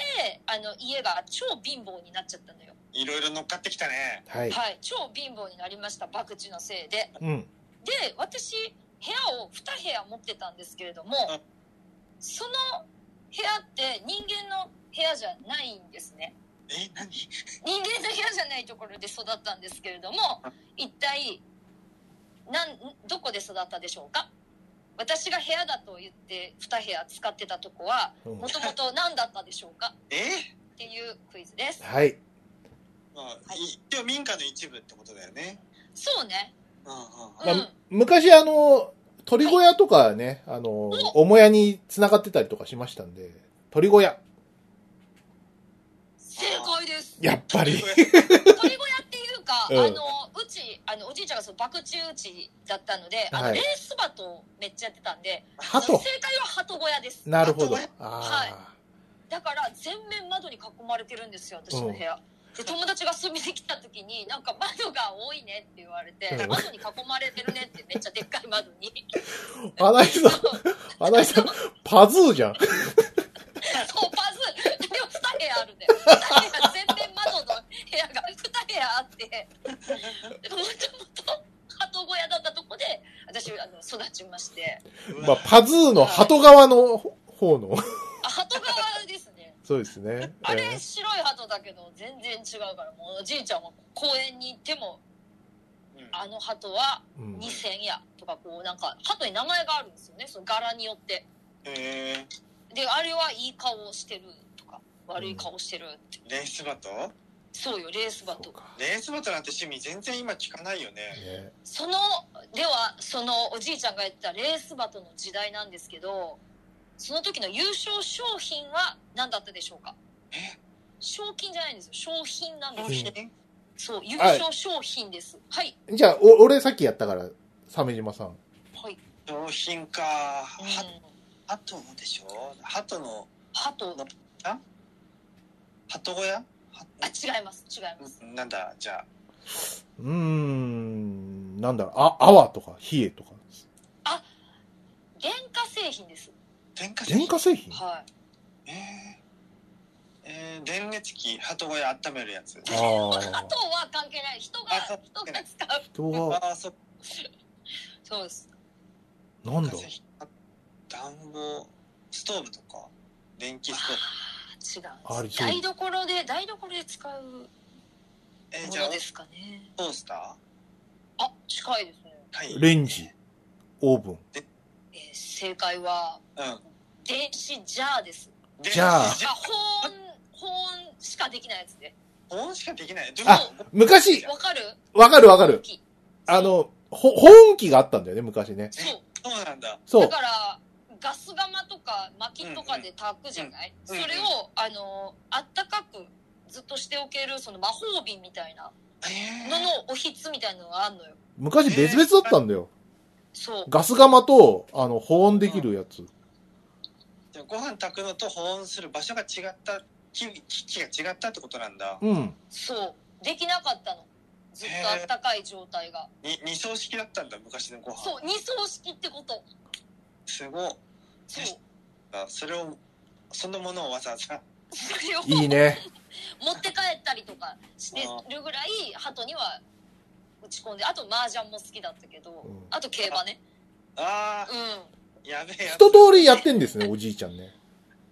あの家が超貧乏になっちゃったのよ、いろいろ乗っかってきたね。はい。はい、超貧乏になりました博打のせいでうん。で私部屋を2部屋持ってたんですけれどもうんその部屋って人間の部屋じゃないんですねえ、何人間の部屋じゃないところで育ったんですけれども一体なんどこで育ったでしょうか私が部屋だと言って2部屋使ってたとこはうんもともと何だったでしょうかえっていうクイズですはい。まあ、はいい一応民家の一部ってことだよね。そうねうんうん。うんまあ昔、あの、鳥小屋とかね、あの、母屋に繋がってたりとかしましたんで、鳥小屋。正解ですやっぱり。鳥小屋っていうか、うんあのうちあのおじいちゃんがその爆中打ちだったのであの、はいレースバトめっちゃやってたんであの鳩正。解は鳩小屋ですなるほど鳩。あだから全面窓に囲まれてるんですよ私の部屋、で友達が住みに来た時になんか窓が多いねって言われて、うん窓に囲まれてるねってめっちゃでっかい窓に [laughs] あ。穴井さん、穴井さん、パズーじゃん。そうパズでも2部屋あるんだよ2部屋全面窓の部屋が2部屋 [laughs] あってもともと鳩小屋だったとこで私あの育ちましてうわまあ、パズーの鳩側の方の。あ鳩側ですねそうですね。あえれー白い鳩だけど全然違うからもうおじいちゃんは公園に行ってもうんあの鳩はうん2000やとかこうなんか鳩に名前があるんですよねその柄によってえー、であれはいい顔をしてるとか悪い顔してるって、レースバトそうよレースバそうトかレースバトなんて趣味全然今聞かないよね。ねそのではそのおじいちゃんがやってたレースバトの時代なんですけどその時の優勝商品は何だったでしょうか賞金じゃないんですよ商品なんで商すよ、品そう優勝商品ですはいじゃあ、お俺さっきやったから、鮫島さん。はい、商品か。うんは、鳩でしょ鳩の、鳩な鳩小屋はあ違います違いますうんなんだ、じゃうーん、なんだろう、あ、あわとか、ひえとか。電化製電品化製品あはいえーえー電熱器鳩小屋温めるやつあーあとは関係ない人があそう人が使う人はああそっそうですなんだか製品あ暖房ストーブとか電気ストーブ違ありうんですそう台所で台所で使うもえーじゃあのですかねトースタあ近いですね、ーはいレンジオーブンえー正解はう電子ジャーですんでじゃあじあ保温保温しかできないやつで保温しかできないでもあ昔わかるわかるわかるそうあのほ保温器があったんだよね昔ねそうそうなんだそだうからガス釜とか薪とかで炊くじゃない、うんうんそれをあのあったかくずっとしておけるその魔法瓶みたいなえののおひつみたいなのがあんのよ昔別々だったんだよそうガス釜とあの保温できるやつーご飯炊くのと保温する場所が違った機機器が違ったってことなんだうんそうできなかったのずっとあったかい状態がに二層式だったんだ昔のご飯そう二層式ってことすごいそうあそれをそのものをわざわざそれをいいね持って帰ったりとかしてるぐらい鳩には打ち込んであと麻雀も好きだったけど、んあと競馬ねあうんあやべえやつ一通りやってんですねおじいちゃんね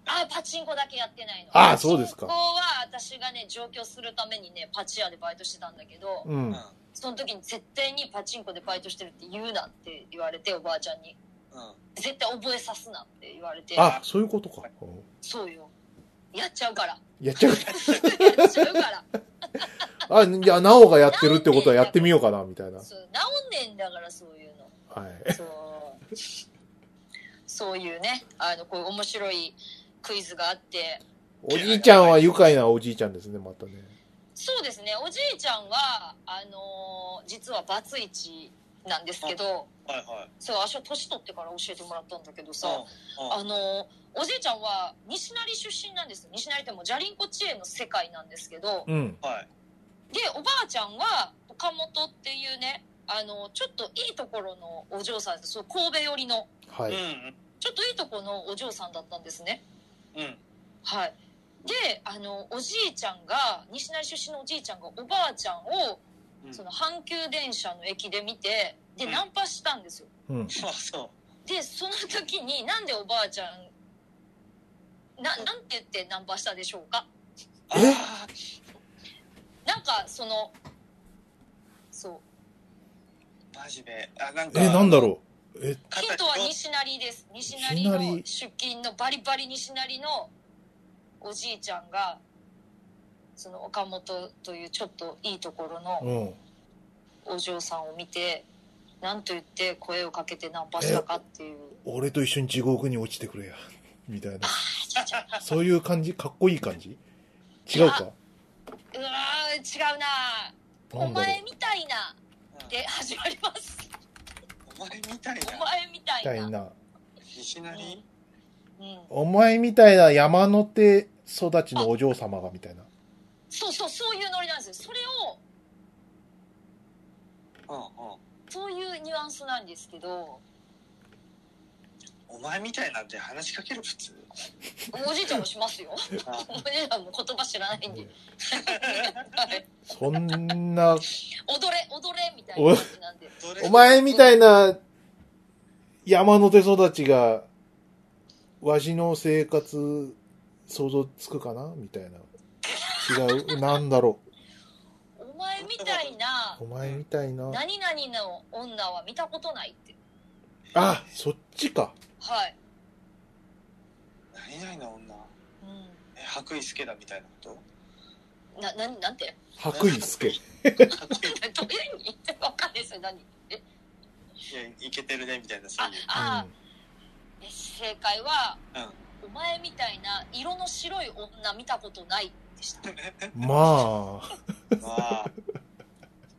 あパチンコだけやってないのあそうですかパチンコは私がね上京するためにねパチ屋でバイトしてたんだけど、ううんんその時に絶対にパチンコでバイトしてるって言うなって言われておばあちゃんにうん絶対覚えさすなって言われてあそういうことかうんそうよやっちゃうからやっちゃうやっちゃう [laughs] からあじゃあなおがやってるってことはやってみようかなみたいなそう治んねえんだからそういうのはいそうそういうねあのこういう面白いクイズがあっておじいちゃんは愉快なおじいちゃんですねまたねそうですねおじいちゃんはあのー実はバツイチなんですけどはいはいそう私は年取ってから教えてもらったんだけどさ、うんあのーおじいちゃんは西成出身なんです西成ってもうじゃりんこ知恵の世界なんですけどうんうんはいでおばあちゃんは岡本っていうねあのちょっといいところのお嬢さんですそう神戸寄りのはういんちょっといいとこのお嬢さんだったんですねうんうんはいであのおじいちゃんが西成出身のおじいちゃんがおばあちゃんをうんその阪急電車の駅で見てでうんナンパしたんですようんあ [laughs] そでその時になんでおばあちゃんななんて言ってナンパしたでしょうかうあーなんかそのそうマジであなんかえなんだろうえヒントは西成です西成の出勤のバリバリ西成のおじいちゃんがその岡本というちょっといいところのうんお嬢さんを見て何と言って声をかけてナンパしたかっていう俺と一緒に地獄に落ちてくれや [laughs] みたいなそういう感じかっこいい感じ違うかうわー違うななおんだろう前みたいなうんで始まりますお前みたいおな前みたみたいいなな西成うんお前みたいな山の手育ちのお嬢様がみたいなそうそうそういうノリなんですよそれをうんうんそういうニュアンスなんですけどお前みたいなんて話しかける普通おじいちゃんもしますよあ [laughs] おじいちゃんも言葉知らないんではいそんな踊れ踊れみたいな感じなんでどれお前みたいな山の手育ちがわしの生活想像つくかなみたいな違うなんだろお前みたいうなお前みたいな何々の女は見たことないってあそっちかはい、何々の女うえ白衣助だみたいなこん、なななんて [laughs] 白衣助 [laughs] とかっこいどういう意味わかんないですよ何えいいやいけてるねみたいなそうあいうあ、え正解は、うお前みたいな色の白い女見たことないでしたうんまあ [laughs] まあ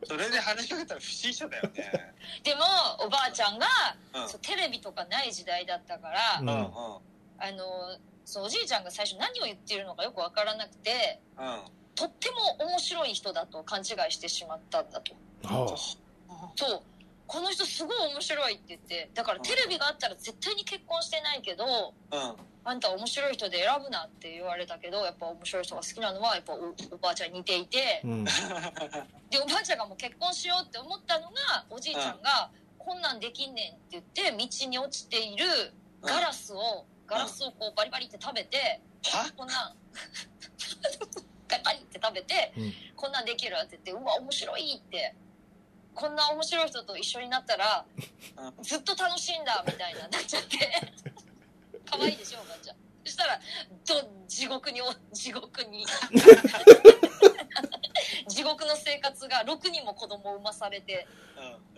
それで話しかけたら不審者だよねでもおばあちゃんが、うんそうテレビとかない時代だったから、ううんうんんあのそうおじいちゃんが最初何を言っているのかよくわからなくてうんとっても面白い人だと勘違いしてしまったんだとああそうこの人すごい面白いって言ってだからテレビがあったら絶対に結婚してないけどうん。あんた面白い人で選ぶなって言われたけどやっぱ面白い人が好きなのはやっぱおおばあちゃんに似ていてうん。でおばあちゃんがもう結婚しようって思ったのがおじいちゃんが「こんなんできんねん」って言って道に落ちているガラスをガラスをこうバリバリって食べてはこんなん [laughs] バリバリって食べてうん「こんなんできる?」って言って「うわ面白い」って。こんな面白い人と一緒になったらうずっと楽しいんだみたいななっちゃって可愛いでしょおばあちゃんそしたらど地獄にお地獄に地獄の生活が6人も子供を産まされて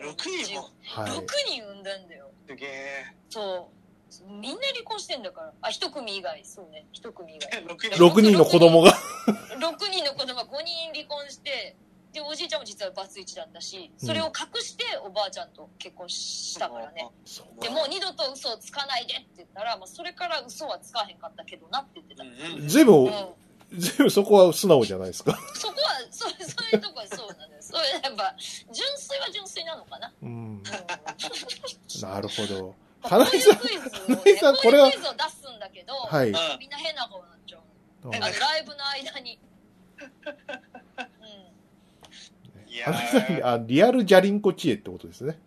うん。6人も。は6人産んだんだよ、すげえ。そうみんな離婚してんだからあ一組以外そうね一組以外6い。人。 6人の子供が。 6人の子供は5人離婚してでおじいちゃんも実はバツイチだったしそれを隠しておばあちゃんと結婚したからね、そうでもう二度と嘘をつかないでって言ったら、まあ、それから嘘はつかへんかったけどなって言ってた、ううんん、うん。全部、全部そこは素直じゃないですか。そこはそ [laughs] そういうとこはそうなんですそれやっぱ純粋は純粋なのかな、うん。うんなるほど。こう花井いうさん、クイズを、ね、花井さんここうれいうはクイズを出すんだけど、はい。うみんな変な顔になっちゃううんあのライブの間 [laughs] に、うん、ん。いや花井さーん、あリアルジャリンコ知恵ってことですね。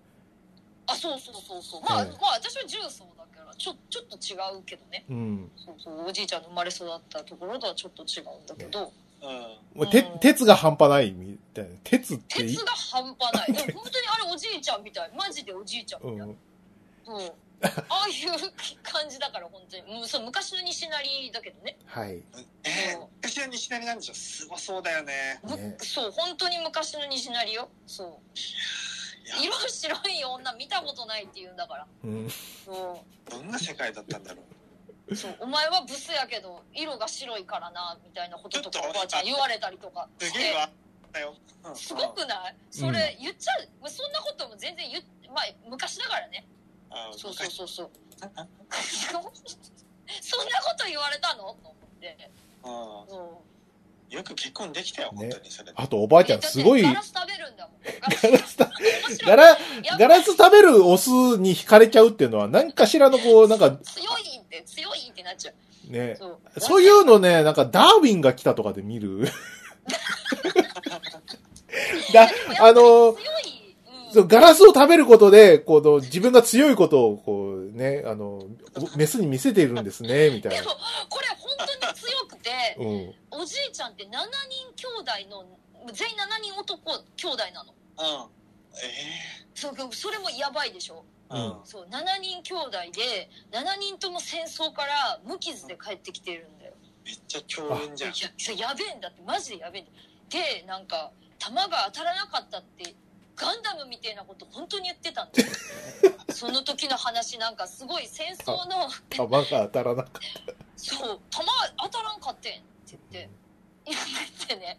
あそうそうそうそうまあ、ええまあ私は重曹だからちょちょっと違うけどねうん。そうそうおじいちゃんの生まれ育ったところとはちょっと違うんだけど、うん。もうてうん鉄が半端ないみたいな。鉄ってい鉄、が半端ない。でも本当にあれおじいちゃんみたい。マジでおじいちゃんうみたい。ん。うん。ああいう感じだから本当に。うん、そう昔の西成だけどね。はい。えー、昔は西成なんでしょすごそうだよね。むねそう、本当に昔の西成よ。そう。いや、色白い女見たことないって言うんだから。うん。そどんな世界だったんだろう。う。そう。お前はブスやけど、色が白いからな、みたいなこととかおばあちゃん言われたりとか。すげえわ。だよ。うんすごくないそれ言っちゃう、まあそんなことも全然言っ、まあ昔だからね。うんそうそうそうそう。 [laughs] そんなこと言われたのと思って。うそん。よく結婚できたよ、本当にそれで。あと、おばうあちゃん、すごい、だガってガララス食べるんだもん。[laughs] ガスた、面白ガいラ、やっぱガラス食べるオスに惹かれちゃうっていうのは、何かしらのこう、なんか、強いって強いってなっちゃう。ね、そう。そういうのね、なんかダーウィンが来たとかで見 [laughs] る。だ、あの強、い。うんそうガラスを食べることで、この自分が強いことを、こうね、あの、おメスに見せているんです [laughs] ね、みたでいもな。これ本当に強くて、うん。おじいちゃんって7人兄弟の全員7人男兄弟なの。うん。そうそれもやばいでしょ。ええうんそう7人兄弟で7人とも戦争から無傷で帰ってきてるんだよ。めっちゃ強運じゃんい。やそれやべえんだってマジでやべえんだでなんか弾が当たらなかったってガンダムみたいなこと本当に言ってた [laughs] んだよその時の話なんかすごい戦争の弾が当たらなかっそう弾当たらんかってんって言って言ってね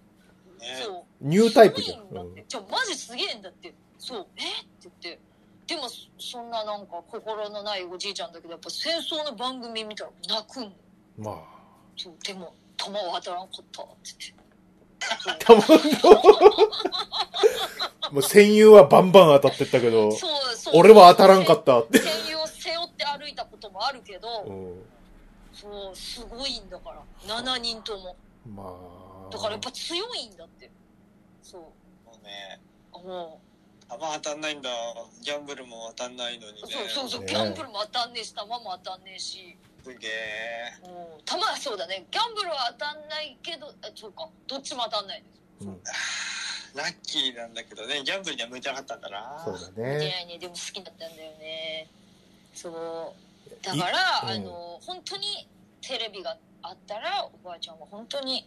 ねそうた。ニュータイプじゃんす。ごいんだってじゃあマジすげえんだってそうえって言ってでもそそんななんか心のないおじいちゃんだけどやっぱ戦争の番組見たら泣くんだようんまあ。そうでも弾は当たらんかったって言って。弾の、 [laughs] もう戦友はバンバン当たってったけど、そうそう俺は当たらんかったって。戦友を背負って歩いたこともあるけうど、んそう、すごいんだから。7人とも。まあ。だからやっぱ強いんだって。そう。もうね、もあんま当たんないんだ。ギャンブルも当たんないのにう、ね。そうそうそう、ねギャンブルも当たんねえし、弾も当たんねえし、すげえ。もう、弾はそうだね、ギャンブルは当たんないけど、あそうか、どっちも当たんないです。うんラッキーなんだけどね、ギャンブルには向いてなかったんだな。そうだ出ね。会いね、でも好きだったんだよね。そう。だから、いあうんの、本当にテレビがあったら、おばあちゃんは本当に、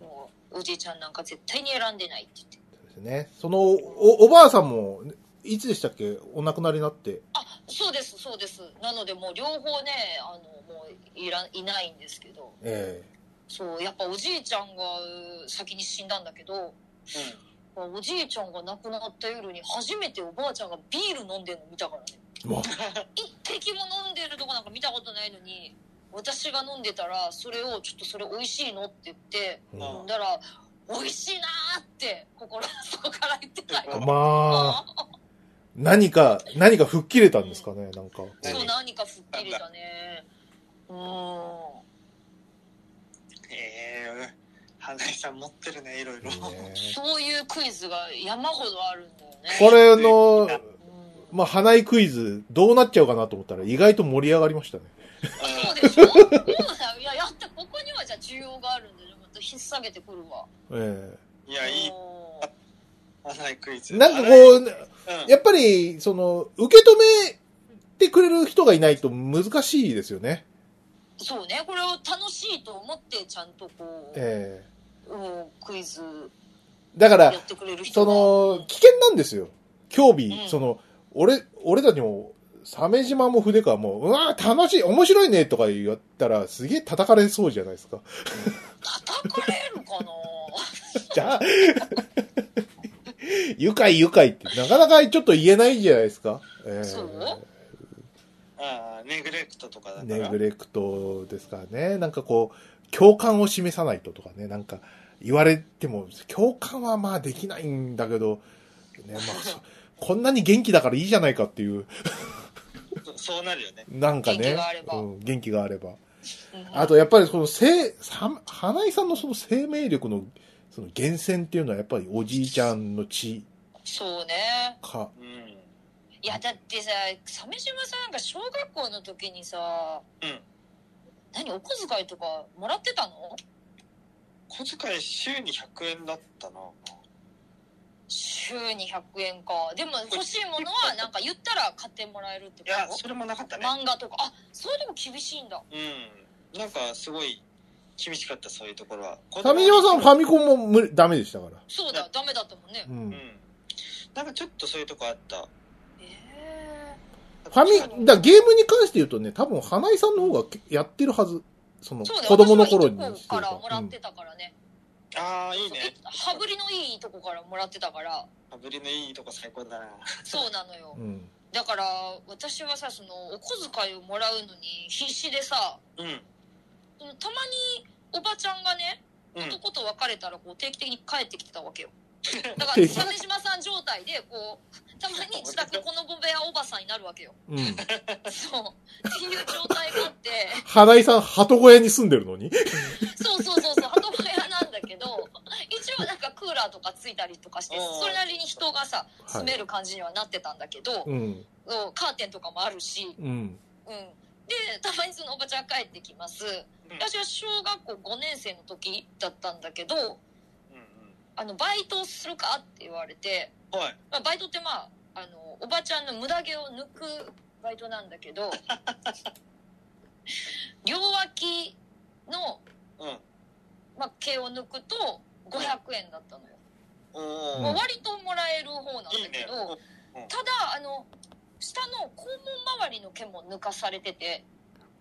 もう、おじいちゃんなんか絶対に選んでないって言って。そうですね。その、お、おばあさんも、いつでしたっけお亡くなりになって。そうですそうですなのでもう両方ねあのもういらいないんですけどえそうやっぱおじいちゃんがう先に死んだんだけどおじいちゃんが亡くなった夜に初めておばあちゃんがビール飲んでるの見たからねえまあ、一滴も飲んでるとこなんか見たことないのに私が飲んでたらそれをちょっとそれ美味しいのって言ってうん飲んだら美味しいなーって心の底から言ってたよまあ、何か、何か吹っ切れたんですかね、なんか。何そう、何か吹っ切れたね。うーん。ええ花井さん持ってるねいろいろいいねそういうクイズが山ほどあるんだよね。これの、うんまあ、花井クイズ、どうなっちゃうかなと思ったら、意外と盛り上がりましたね。そうでしょそうだよ。いや、やった、ここにはじゃあ需要があるんだよ。また引っ提げてくるわ。えうんいやいいうん花井クイズえなんか花井こう、うんやっぱり、その、受け止めてくれる人がいないと難しいですよね。そうね、これを楽しいと思って、ちゃんとこう、えうん、クイズえだからや、ってくれる人そがの、危険なんですよ。競技、うんその、俺、俺たちも、鮫島も筆川も、うわー楽しい、面白いねとか言ったら、すげえ叩かれそうじゃないですか。 [laughs] 叩かれるかなじゃあ、愉快愉快って、なかなかちょっと言えないじゃないですか。えーそうああネグレクトとかだからネグレクトですからね。なんかこう、共感を示さないととかね、なんか言われても、共感はまあできないんだけど、ね、まあ、そこんなに元気だからいいじゃないかっていう、そそうなるよねなんかね。元気があればうん、元気があれば。うん [laughs] あとやっぱりその生、さ花井さんのその生命力の、その源泉っていうのはやっぱりおじいちゃんの血そうね。か。うんいや、だってさ、鮫島さんなんか小学校の時にさ、うん何、お小遣いとかもらってたの小遣い週に100円だったな週に100円か。でも欲しいものはなんか言ったら買ってもらえるっていやこそれもなかったとね漫画とか。あ、そういうとこ厳しいんだ。うんなんかすごい厳しかったそういうところは上島さんファミコンも無理ダメでしたから。そうだ、ダメだったもんねう。うんん。なんかちょっとそういうとこあったえファミ、だからゲームに関して言うとね、多分花井さんの方がやってるはず。そのー、そうだ子供の頃に私はいとしこてかるらもらうっんてたからね。ああいいそうねえ羽振りのいいとこからもらってたから、羽振りのいいとこ最高だなそうなのよ。うん。だから私はさ、そのお小遣いをもらうのに必死でさ、うんそのたまにおばちゃんがね、うん男と別れたらこう定期的に帰ってきてたわけよ。 [laughs] だか定ら期鮫島さん状態でこうたまに自宅このボ部屋おばさんになるわけよ。うん。そうっていう状態があって、花井さん、鳩小屋に住んでるのにそうそうそうそう鳩小屋なんだけど、一応なんかクーラーとかついたりとかしておーそれなりに人がさは住い。める感じにはなってたんだけど、うん。うんカーテンとかもあるし、うん。うん。でたまにそのおばちゃんが帰ってきます。私は小学校5年生の時だったんだけど。うんうんあのバイトするかって言われて、はいまあ、バイトってまああのおばちゃんの無駄毛を抜くバイトなんだけど両脇の、うんまあ、毛を抜くと500円だったのよ、おうんまあ、お割ともらえる方なんだいいけねど、ただあの下の肛門周りの毛も抜かされてて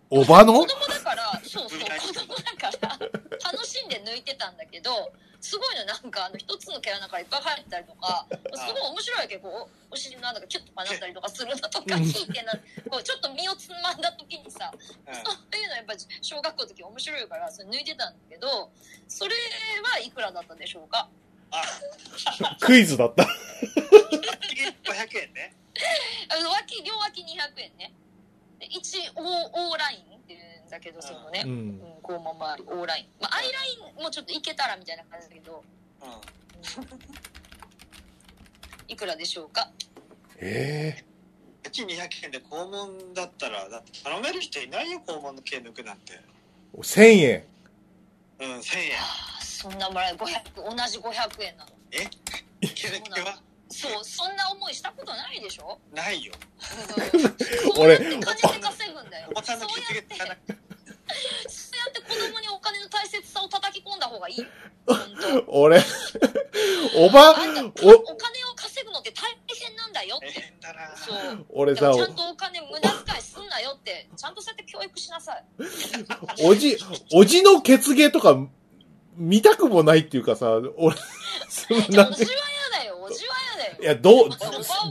おば子の供だからそ [laughs] うそう無駄毛子供だから楽しんで抜いてたんだけどすごいのなんかあの一つの毛穴からいっぱい入ったりとかすごい面白い結構お尻の穴がキュッとかなったりとかするのとかうん聞いてなこうちょっと身をつまんだ時にさうんそういうのやっぱ小学校の時面白いからそれ抜いてたんだけどそれはいくらだったでしょうかあクイズだった。 500円ねあの脇両脇200円ねで一 O, o ラインっていうんだけどそのねう、んう。ん、こうまま O ライン、まあ、アイラインもちょっといけたらみたいな感じだけどうんいくらでしょうかええうち200円で肛門だったらだって頼める人いないよ肛門の毛抜くなんて1000円。うん1000 [laughs] あーそんなもらえ500同じ500円なの円毛抜きはそうそんな思いしたことないでしょないよ俺そうやって金で稼ぐんだよおばそさうんやの傷ってつそかうやなっいて子供にお金の大切さを叩き込んだ方がいいよ本当俺、おばあんたおお、金を稼ぐのって大変なんだよっ大て変だなそうお、俺だかさら、ちゃんとお金無駄遣いすんなよってちゃんとそうやって教育しなさいおじ、おじの血芸とか、見たくもないっていうかさ、俺、そんいやなおじは嫌だよおじは嫌だよいや、どう、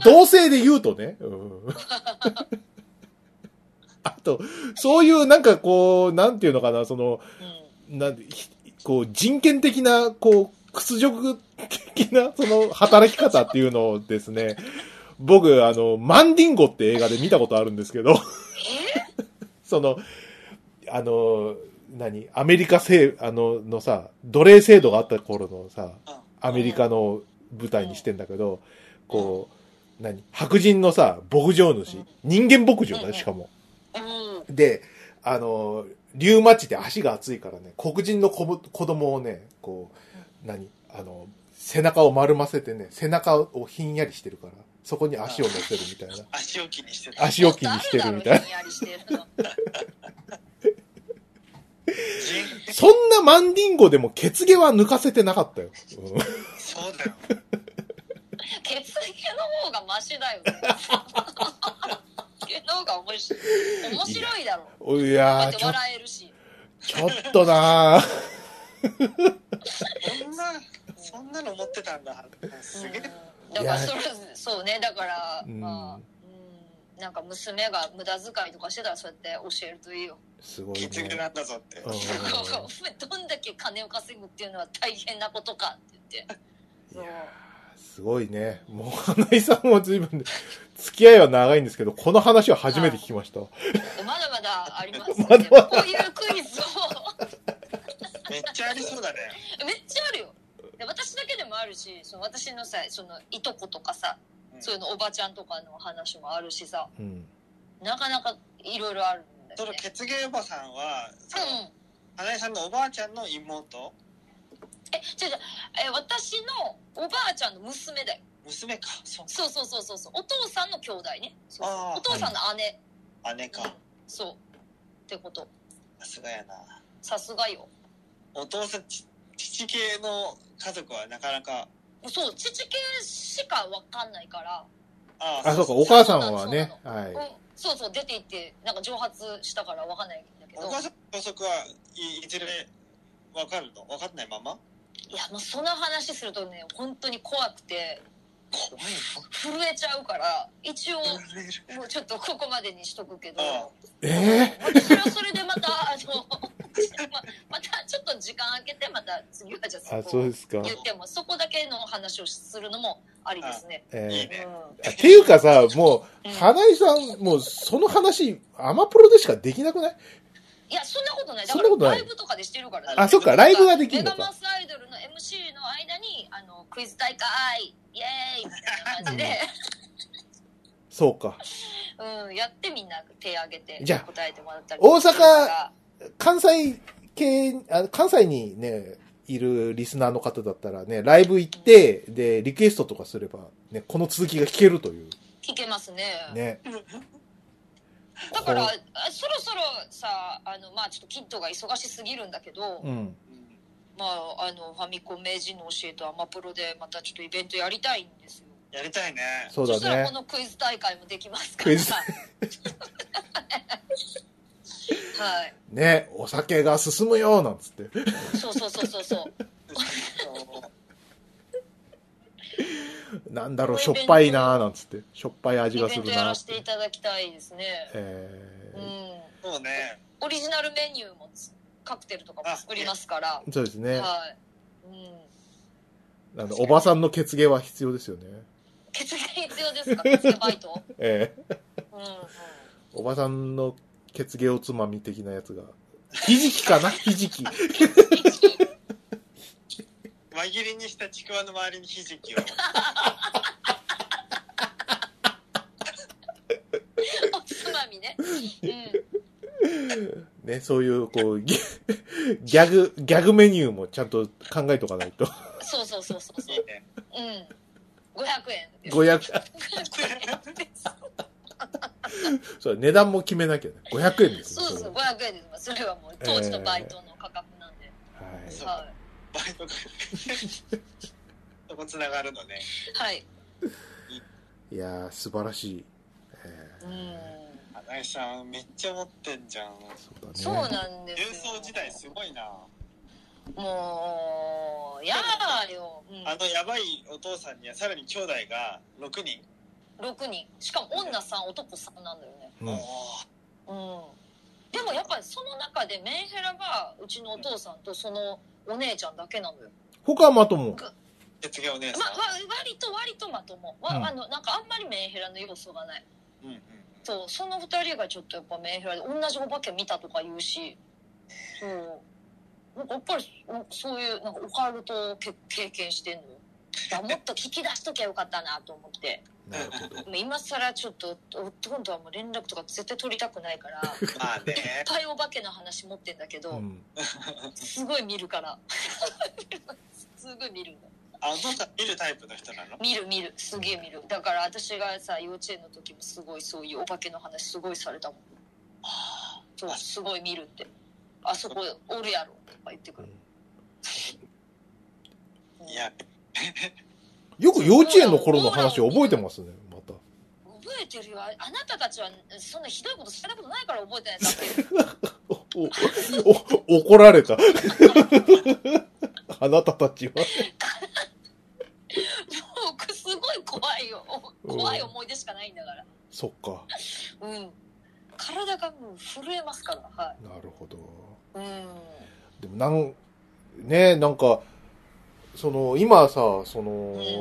同性で言うとね。うん [laughs] あと、そういうなんかこう、なんていうのかな、その、うなんひこう、人権的な、こう、屈辱的な、その、働き方っていうのをですね、僕、あの、マンディンゴって映画で見たことあるんですけど、えその、あの、何アメリカ制、あの、のさ、奴隷制度があった頃のさ、あアメリカの舞台にしてんだけど、こう、何白人のさ、牧場主。人間牧場だうんね、しかも。うんで、あの、リュウマチで足が熱いからね、黒人の子ぶ子供をね、こう、何あの、背中を丸ませてね、背中をひんやりしてるから、そこに足を乗せるみたいな。足置きにしてた。足置きにしてるみたいな。もっとあだろひんやりしてるの人そんなマンディンゴでも血毛は抜かせてなかったよ。うんそうだよ。血毛の方がマシだよね血毛の方が面白い面白いだろお [laughs] いだやーってちょ、笑えるしちょっとなーそんな、そんなの持ってたんだ。すげえ。うんだからそれそうねだから、うんまあうんなんか娘が無駄遣いとかしてたらそうやって教えるといいよ、すごい気づきね。なんだぞって。うんどんだけ金を稼ぐっていうのは大変なことかって言っていそうやーすごいね。もう、花井さんは随分、付き合いは長いんですけど、この話は初めて聞きました。まだまだあります、 [laughs] まだまだこういうクイズをめっちゃありそうだね。めっちゃあるよで私だけでもあるしその私のさそのいとことかさうんそういうのおばちゃんとかの話もあるしさうん。なかなかいろいろあるんだそよのね血芸おばさんは、そうんの、花井さんのおばあちゃんの妹え違う違うえ私のおばあちゃんの娘だよ娘か。そうそうそうそうそうそうお父さんの兄弟ねそうそうあーお父さんの姉、か。姉うんか。そうってことさすがやな。さすがよお父さん、ち父系の家族はなかなか、そう父系しかわかんないから、ああ、そうか、お母さんはね、うはんい。そうそう出て行ってなんか蒸発したからわかんないんだけどお母さんの法則はいいずれわかるのわかんないままいやもうその話するとね本当に怖くて怖い震えちゃうから一応の震えるもうちょっとここまでにしとくけど、あええまたそれはそれでまたあのままたちょっと時間空けてまた次はじゃああ、そそうこですか。言ってもそこだけの話をするのもありですね。えいいえね。うっていうかさ、もんう、花井さん、もう、その話、アマプロでしかできなくないいやそんなことないだそんかならことなラいイブとかでしてるからねあ、そっか、ライブができるのメガかマ。スアイドルの MC の間にあのクイズ大会イエーイみたいな感じで、そうか。うん、やってみんな手挙げてじゃあ答えてもらったり大阪するから関西系、あ関西にね、いるリスナーの方だったらね、ライブ行って、で、リクエストとかすれば、ね、この続きが聞けるという、聞けますねね。だからこあそろそろさあのまあちょっとキッドが忙しすぎるんだけど、うん。うんまああのファミコン名人の教えとアマプロでまたちょっとイベントやりたいんですよやりたいね。そうだしたらねこ。のクイズ大会もできますかクイら [laughs] ズはいね、お酒が進むよ、なんつって。そうそうそうそうそうなんだろう、しょっぱいな、なんつって。しょっぱい味イがベすンるトやならっせていて。ただきたいですね、えうーんそうね。オリジナルメニューもつカクテルとかも作りますから、そうですね。はい。うん。なんで、おばさんの血芸は必要ですよね。血芸必要ですか血芸バイトええうんうん。おばさんの血芸おつまみ的なやつが。ひじきかなひじき。輪切りにしたちくわの周りにひじきを。おつまみね。うん。ね、そういう、こう、ギ [laughs] ャギャグ、ギャグメニューもちゃんと考えとかないと。 [laughs] そうそうそうそうそいうい。ね。うん。500円です。 500、 500円です。そう、値段も決めなきゃね。500円ですよそうそう、500円です。それはもう当時のバイトの価格なんで。それははバイトがそこつながるのね。い。はい。い。いやー、素晴らしい。えうーん。花井さん、めっちゃ持ってんじゃん。そうだね。そうなんで郵すよ。送時代すごいな。もう、やーよ。うんあのやばいお父さんにはさらに兄弟が6人。 6人。しかも女さん、男さんなんだよね。うんおーうん、でもやっぱりその中でメンヘラがうちのお父さんとそのお姉ちゃんだけなのよ他はまとも。血芸お姉さんま、わ割と割とまともわ、うんあのなんかあんまりメンヘラの要素がないうんうんそうその二人がちょっとやっぱメンヘラで同じお化け見たとか言うしそうなんかやっぱりそそういうなんかオカルトをけ経験してんのだもっと聞き出しときゃよかったなと思ってなるほど。もう今更ちょっと夫とはもう連絡とか絶対取りたくないからいっまあねぱいお化けの話持ってんだけど、うん。すごい見るからすごい見るのあお父さん見るタイプの人なの見る見るすげえ見るだから私がさ幼稚園の時もすごいそういうお化けの話すごいされたもんそうすごい見るってあそこおるやろとか言ってくるいやよく幼稚園の頃の話覚えてますね、また。覚えてるよああなたたちはそんなひどいことされたことないから覚えてないだけおお怒られた。 [laughs] あなたたちは。僕すごい怖いよ怖い思い出しかないんだからそっか。うん体がもう震えますからはなるほど。いうんでもなん、ねなんか、その、今さ、その、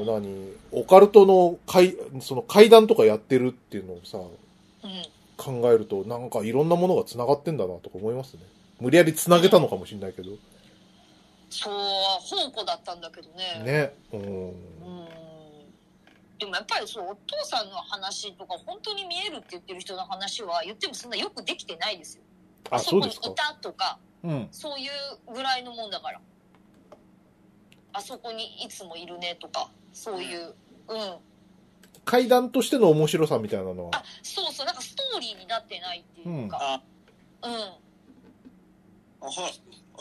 ん何、オカルトの階、その階段とかやってるっていうのをさ、うん考えると、なんかいろんなものが繋がってんだなとか思いますね。無理やり繋げたのかもしれないけど。そう宝庫だったんだけどねね。うん。うんでもやっぱりそうお父さんの話とか本当に見えるって言ってる人の話は言ってもそんなよくできてないですよあ、そそこうにでいすか。たとかうん。そういうぐらいのもんだからあそこにいつもいるねとかそういううん階段としての面白さみたいなのはあ。そうそうなんかストーリーになってないっていうかあうほん、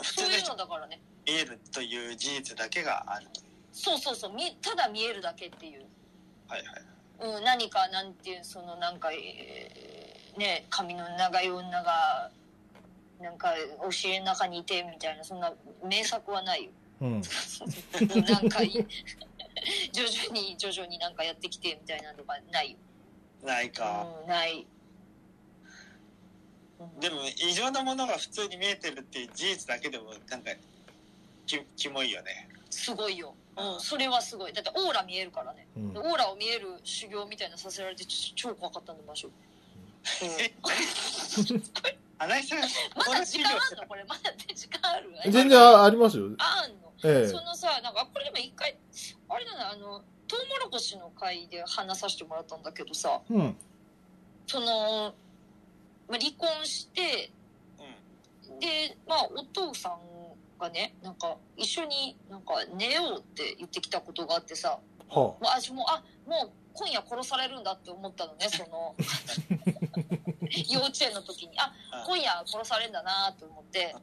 普通そうのいう人のだからね見えるという事実だけがあるとそうそうそうみただ見えるだけっていうはいはいうん、何かなんていうそのなんか、えーね髪の長い女がなんかお尻の中にいてみたいなそんな名作 [laughs] はないようん。なんかい [laughs] 徐々に徐々になんかやってきてみたいなのがないよ、ないか、うん、ない、うんでも異常なものが普通に見えてるっていう事実だけでもなんかきキモいよねすごいよ、うん、それはすごいだってオーラ見えるからねうんオーラを見える修行みたいなのさせられてちょ超怖かったんだ場 [laughs] 所、うんえ [laughs] 新井さんまこだの時授間業あんのこれまだ時間ある [laughs] 全然あありますよ。あんのええそ。のさなんかこれでも一回あれだなあのトウモロコシの会で話させてもらったんだけどさうん。その、まあ、離婚してで、まあ、お父さんがねなんか一緒になんか寝ようって言ってきたことがあってさはもう私もあもう今夜殺されるんだって思ったのねそ [laughs] の幼稚園の時にああ今夜殺されるんだなと思って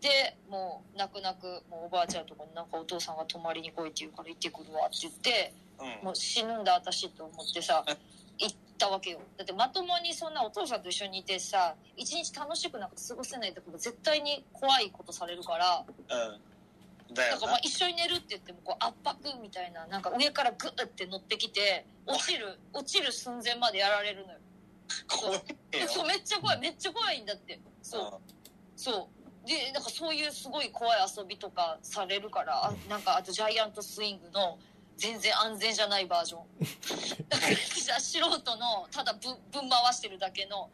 でもう泣く泣くもうおばあちゃんとかになんかお父さんが泊まりに来いって言うから行ってくるわって言ってうんうんもう死ぬんだ私と思ってさうん行ったわけよだってまともにそんなお父さんと一緒にいてさ一日楽しくなんか過ごせないってこと絶対に怖いことされるからうんだなよんかまあな一緒に寝るって言ってもこう圧迫みたいななんか上からグッて乗ってきて落ちる落ちる寸前までやられるのよ怖いよそうめっちゃ怖いめっちゃ怖いんだってそうそうでなんかそういうすごい怖い遊びとかされるからあなんかあとジャイアントスイングの全然安全じゃないバージョンだから素人のただぶぶん回してるだけの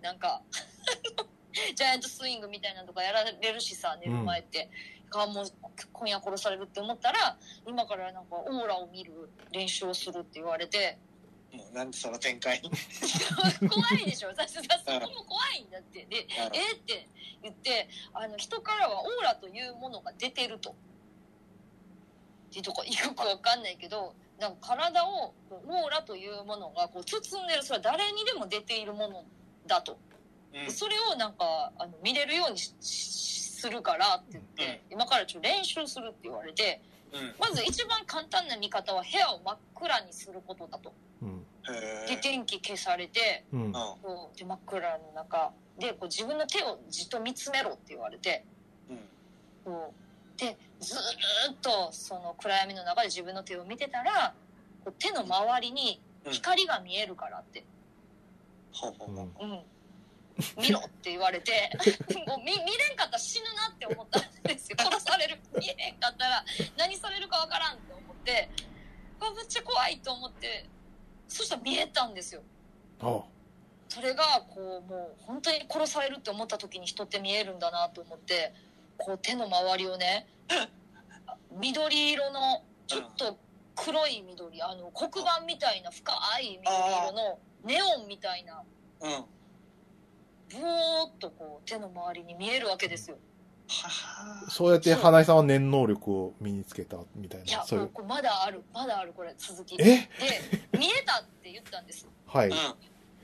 なんか [laughs] ジャイアントスイングみたいなのとかやられるしさ寝る前って、がもう今夜殺されるって思ったら今からなんかオーラを見る練習をするって言われて [laughs] うんもうなんでその展開に怖いでしょ私さそこも怖いんだってでえーって言ってあの人からはオーラというものが出てると。っていうとこよくわかんないけどなんか体をこうオーラというものがこう包んでるそれは誰にでも出ているものだとうんそれをなんかあの見れるようにししするからって言って、今からちょっと練習するって言われてうんまず一番簡単な見方は部屋を真っ暗にすることだと。うん。へでー電気消されてうんう。んこうで真っ暗の中でこう自分の手をじっと見つめろって言われてうんこうでずーっとその暗闇の中で自分の手を見てたらこう手の周りに光が見えるからって、ほうほううほうんうん見ろって言われて [laughs] もう見見れんかったら死ぬなって思ったんですよ殺される見えへんかったら何されるかわからんって思っってうわめっちゃ怖いと思ってそしたら見えたんですよあそれがこうもう本当に殺されるって思った時に人って見えるんだなと思ってこう手の周りをね [laughs] 緑色のちょっと黒い緑あの黒板みたいな深い緑色のネオンみたいなうん。はブーっとこう手の周りに見えるわけですよ。は。そうやって花井さんは念能力を身につけたみたいいやな。そういもうう。これまだあるまだあるこれ続きでえ見えたって言ったんですよはい。うん。は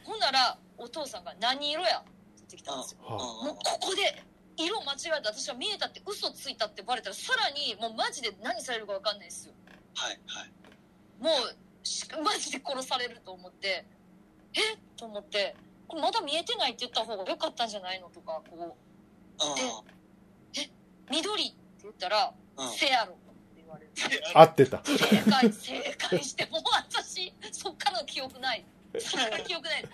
ほんならお父さんが「何色や?」ってきたんですよあもうここで色間違えて私は見えたって嘘ついたってバレたらさらにもうマジで何されるか分かんないですよはいはい。もうしマジで殺されると思ってえっと思ってこれまだ見えてないって言った方が良かったんじゃないのとかこう緑って言ったらうん。うん「せやろ」って言われる合ってた。正解正解してもう私そっからの記憶ないそっから記憶ないは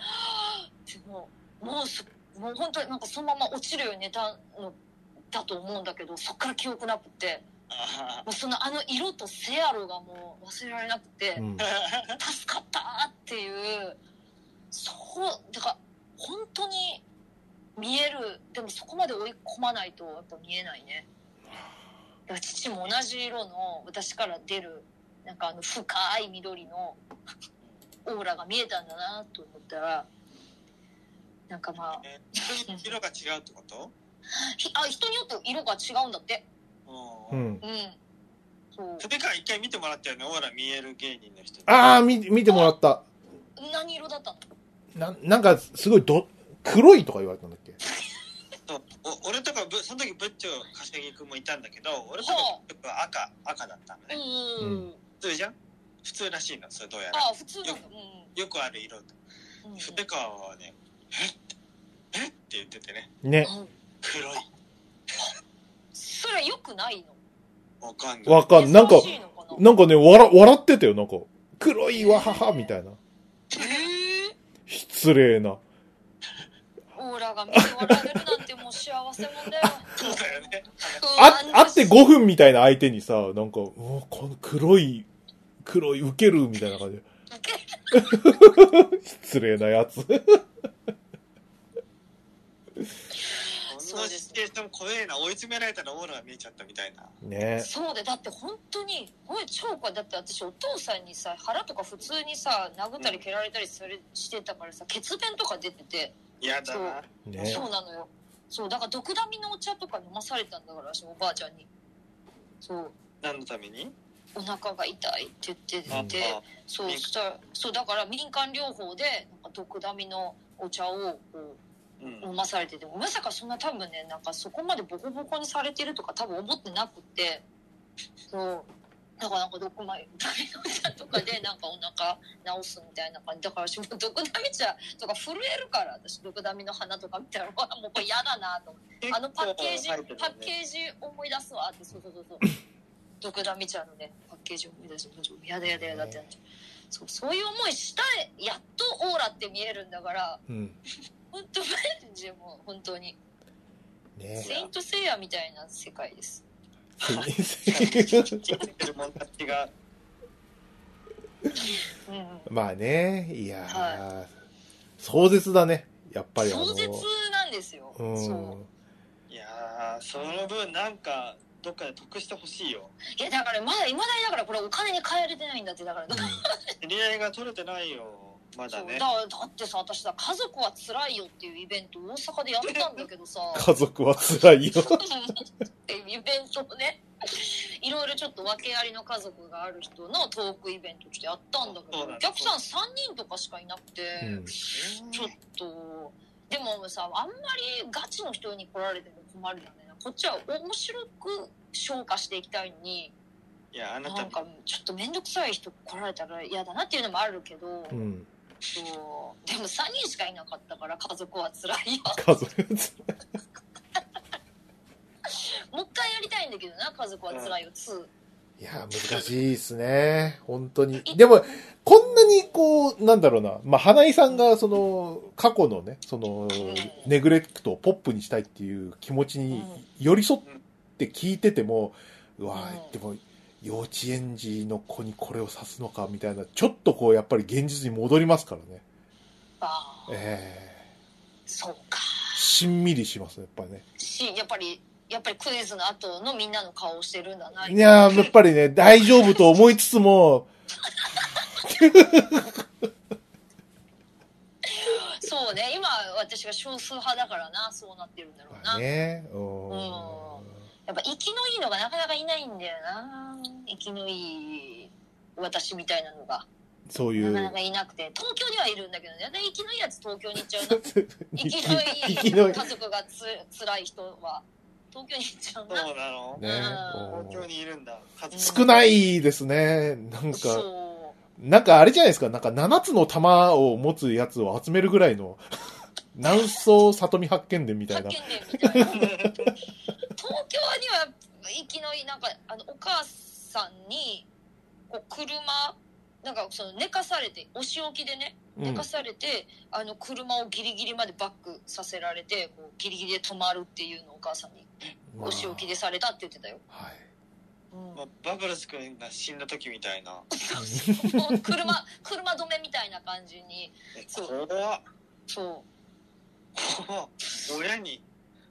ぁってもうもうそもう本当になんかそのまま落ちるように寝たのだと思うんだけどそっから記憶なくてあもうそのあの色とセアロがもう忘れられなくて、うん。ー助かったっていうそうだから本当に見えるでもそこまで追い込まないとやっぱ見えないねだから父も同じ色の私から出るなんかあの深い緑の [laughs] オーラが見えたんだなと思ったらなんかまあえ色が違うってことひあ人によって色が違うんだってううん。んう。んそうそれから一回見てもらったよね、オーラ見える芸人の人に。ああ、見、見てもらった。何色だったのな、なんか、すごいど、黒いとか言われたんだっけそうお俺とかぶその時ブッチョ柏木君もいたんだけど俺とかはブッチョ君は赤赤だったのね、ううん普通じゃん普通らしいのそれどうやらあ普通なんだうよくある色んうんうん筆川はね「えっ?」えっって言っててねね。うん黒いそれ良くないのわかんないわかん、なんか珍、しいのかななんかね、笑、笑ってたよ、なんか。黒いわはは、みたいな。え失礼な。ー、オーラが見て笑われるなんてもう幸せもんだよ。そうだよねあ、あって5分。分みたいな相手にさ、なんか、うわこの黒い、黒い、ウケる、みたいな感じで。失礼なやつ。 [laughs] そのシチュエーション怖えな追い詰められたらオーラが見えちゃったみたいなねそうで、だって本当に、おい、超怖い。だって私、お父さんにさ、腹とか普通にさ、殴ったり蹴られたりするしてたからさ、血便とか出てて、嫌だなねそうなのよ。そう、だから毒ダミのお茶とか飲まされたんだから、私、おばあちゃんに。そう、何のためにお腹が痛いって言ってあて。そう民したらそうだから民間療法でなんか毒ダミのお茶をこうんう飲まされててまさかそんな多分ねなんかそこまでボコボコにされてるとか多分思ってなくってそうだからなんか毒ダミのお茶とかでなんかお腹治すみたいな感じだから私も毒ダミ茶とか震えるから私毒ダミの花とか見たら [laughs] うわもうこれ嫌だなと思ってあのパッケージ、パッケージ思い出すわってそうそうそうそう毒ダミちゃんのねパッケージ思い出すやだやだやだってなっちゃうそうそういう思いしたいやっとオーラって見えるんだからうん。本当マジでもう本当に「ね [laughs] セイント・セイヤ」みたいな世界ですジってる者たちがうんうんまあね、いやー、は壮絶だね。やっぱりあの。壮絶なんですようん。そういやーその分なんかどっかで得してほしいよいやだからまだいまだにだからこれお金に換えれてないんだってだから [laughs] だ知り合いが取れてないよまだそうねだからだってさ私さ「家族は辛いよ」っていうイベント大阪でやったんだけどさ家族は辛いよ。っていうイベントをねいろいろちょっと訳ありの家族がある人のトークイベントちょっとやったんだけどそうなんおです客さん3人とかしかいなくて、うんちょっとでもさあんまりガチの人に来られても困るよねこっちは面白く消化していきたいのにいやあななたんかちょっと面倒くさい人来られたら嫌だなっていうのもあるけど、うん。そうでも3人しかいなかったから家族は辛いよ家族は辛い。もう一回やりたいんだけどな家族は辛いよ2。いやー、難しいですね。本当に。でも、こんなにこう、なんだろうな。まあ、花井さんが、その、過去のね、その、ネグレクトをポップにしたいっていう気持ちに寄り添って聞いてても、うわーうんでも、幼稚園児の子にこれを指すのかみたいな、ちょっとこう、やっぱり現実に戻りますからね。ああ、えそうか。えしんみりしますね、やっぱりね。し、やっぱり、やっぱりクイズの後のみんなの顔をしてるんだな。いやー、やっぱりね、大丈夫と思いつつも、そうね、今私が少数派だからな、そうなってるんだろうまな。あね、ううんん。やっぱ生きのいいのがなかなかいないんだよな。生きのいい私みたいなのが。そういなうかな、かいなくて、東京にはいるんだけどね、生きのいいやつ東京に行っちゃうな。 [laughs] 生きのい生いきのいい家族がつ辛い人は東京に行っちゃうな。そうなのねうん東京にいるんだ。家族少ないですね。なんか、そなんかあれじゃないですか、なんか7つの玉を持つやつを集めるぐらいの、南宋里見発見伝みう。たい発な見。伝みたいな。東京には生きのいい、なんか、あの、お母さんに、こう、車、なんかその寝かされて、お仕置きでね、う寝んか。されて、あの車をギリギリまでバックさせられてこうギリギリで止まるっていうのをお母さんにまあお仕置きでされたって言ってたよ、はい。まあバブルス君が死んだ時みたいな。もう車車止めみたいな感じにえそう怖っそ怖っ [laughs] 親に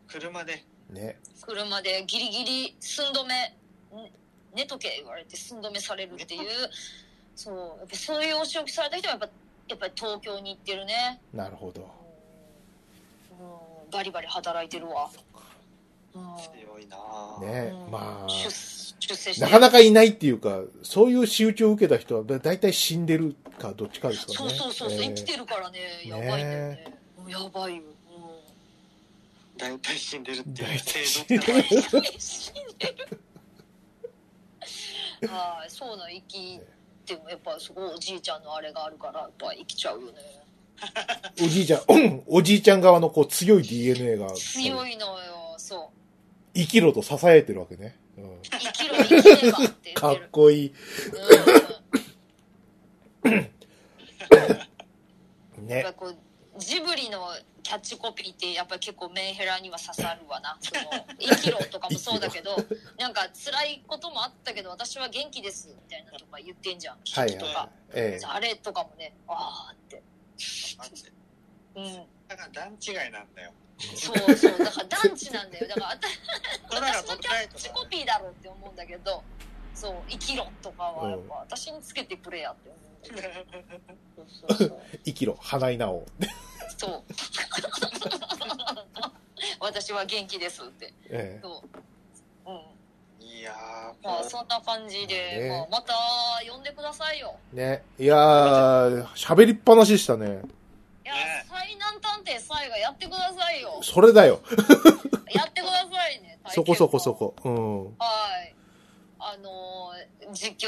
車で。ね。う車でギリギリ寸止めね寝とけ言われて寸止めされるっていう [laughs] そうやっぱそういうお仕置きされた人はやっぱやっぱり東京に行ってるねなるほど。うんうんバリバリ働いてるわうん強いなぁ。ねう。んまあ、出出世してなるかなかいないっていうか、そういう仕打ちを受けた人は、だいたい死んでるか、どっちかですからそうね。そうそうそう、ええ生きてるからねやばいんだよねうんやばいよ、う大体死んでるっていう大体死ん制でる度ってん、死んでる [laughs] はいそうなの生きてもやっぱすごいおじいちゃんのあれがあるからやっぱ生きちゃうよねおじいちゃん、おじいちゃん側のこう強い DNA が、強いのよそう生きろと支えてるわけね。うん生きろ生きればって言かっってるこいい。うん、やっねぱ。こうジブリのキャッチコピーってやっぱり結構メンヘラには刺さるわなその生きろとかもそうだけどなんか辛いこともあったけど私は元気ですみたいなとか言ってんじゃんは聞いきとか、はい。ええ。あれとかもねああって、うん、だから段違いなんだよ。そうそうだから団地なんだよだからあた空が私飛のんキでなャいッとチかコ。ピーだろうって思うんだけどそう生きろとかはやっぱ私につけてくれやって思うんだけどそうそうそう生きろ、花井直。そう。私は元気ですって。えそう。うん。いやー、まもあ、うそんな感じで、まあねまあ、また呼んでくださいよ。え。ね。いやー、喋りっぱなしでしたね。いやね、災難探偵サイがやってくださいよ。それだよ。やってくださいね。そこそこそ。こ。はい。あのー実況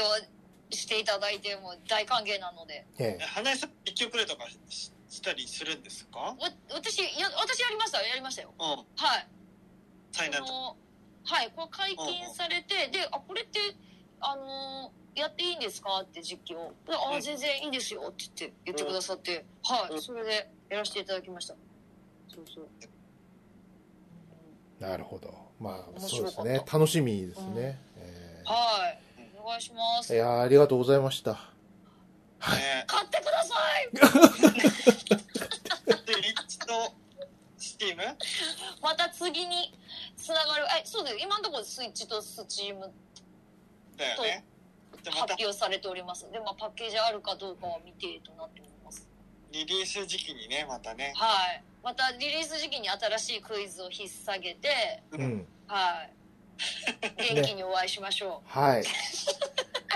していただいても大歓迎なので。うん。えええ。花江さん、一曲くれとかししたりするんですかわ私、や、私やりましたよ。やりましたよ。うん。はい。災難そのはい、これ解禁されて、で、あ、これって、あのーやっていいんですかって実況。であうー、ん全然いいですよって言って、言ってくださって、はうい、んそれでやらせていただきました。そうそう。なるほど。まあ、面そう白かでっすたね。楽しみですうんね。えはい、お願いしまえ。すい。やー、ありがとうございました。はい。ね。買ってくださいで、一度、スティームまた次につながる。え、そうだよ。今のところスイッチとスチームだよね。で、ま発た表されております。で、まあ、パッケージあるかどうかは未定となっております。リリース時期にね、またね。はい。またリリース時期に新しいクイズを引っ提げて、うん。 [laughs] はい。元気にお会いしましょはい。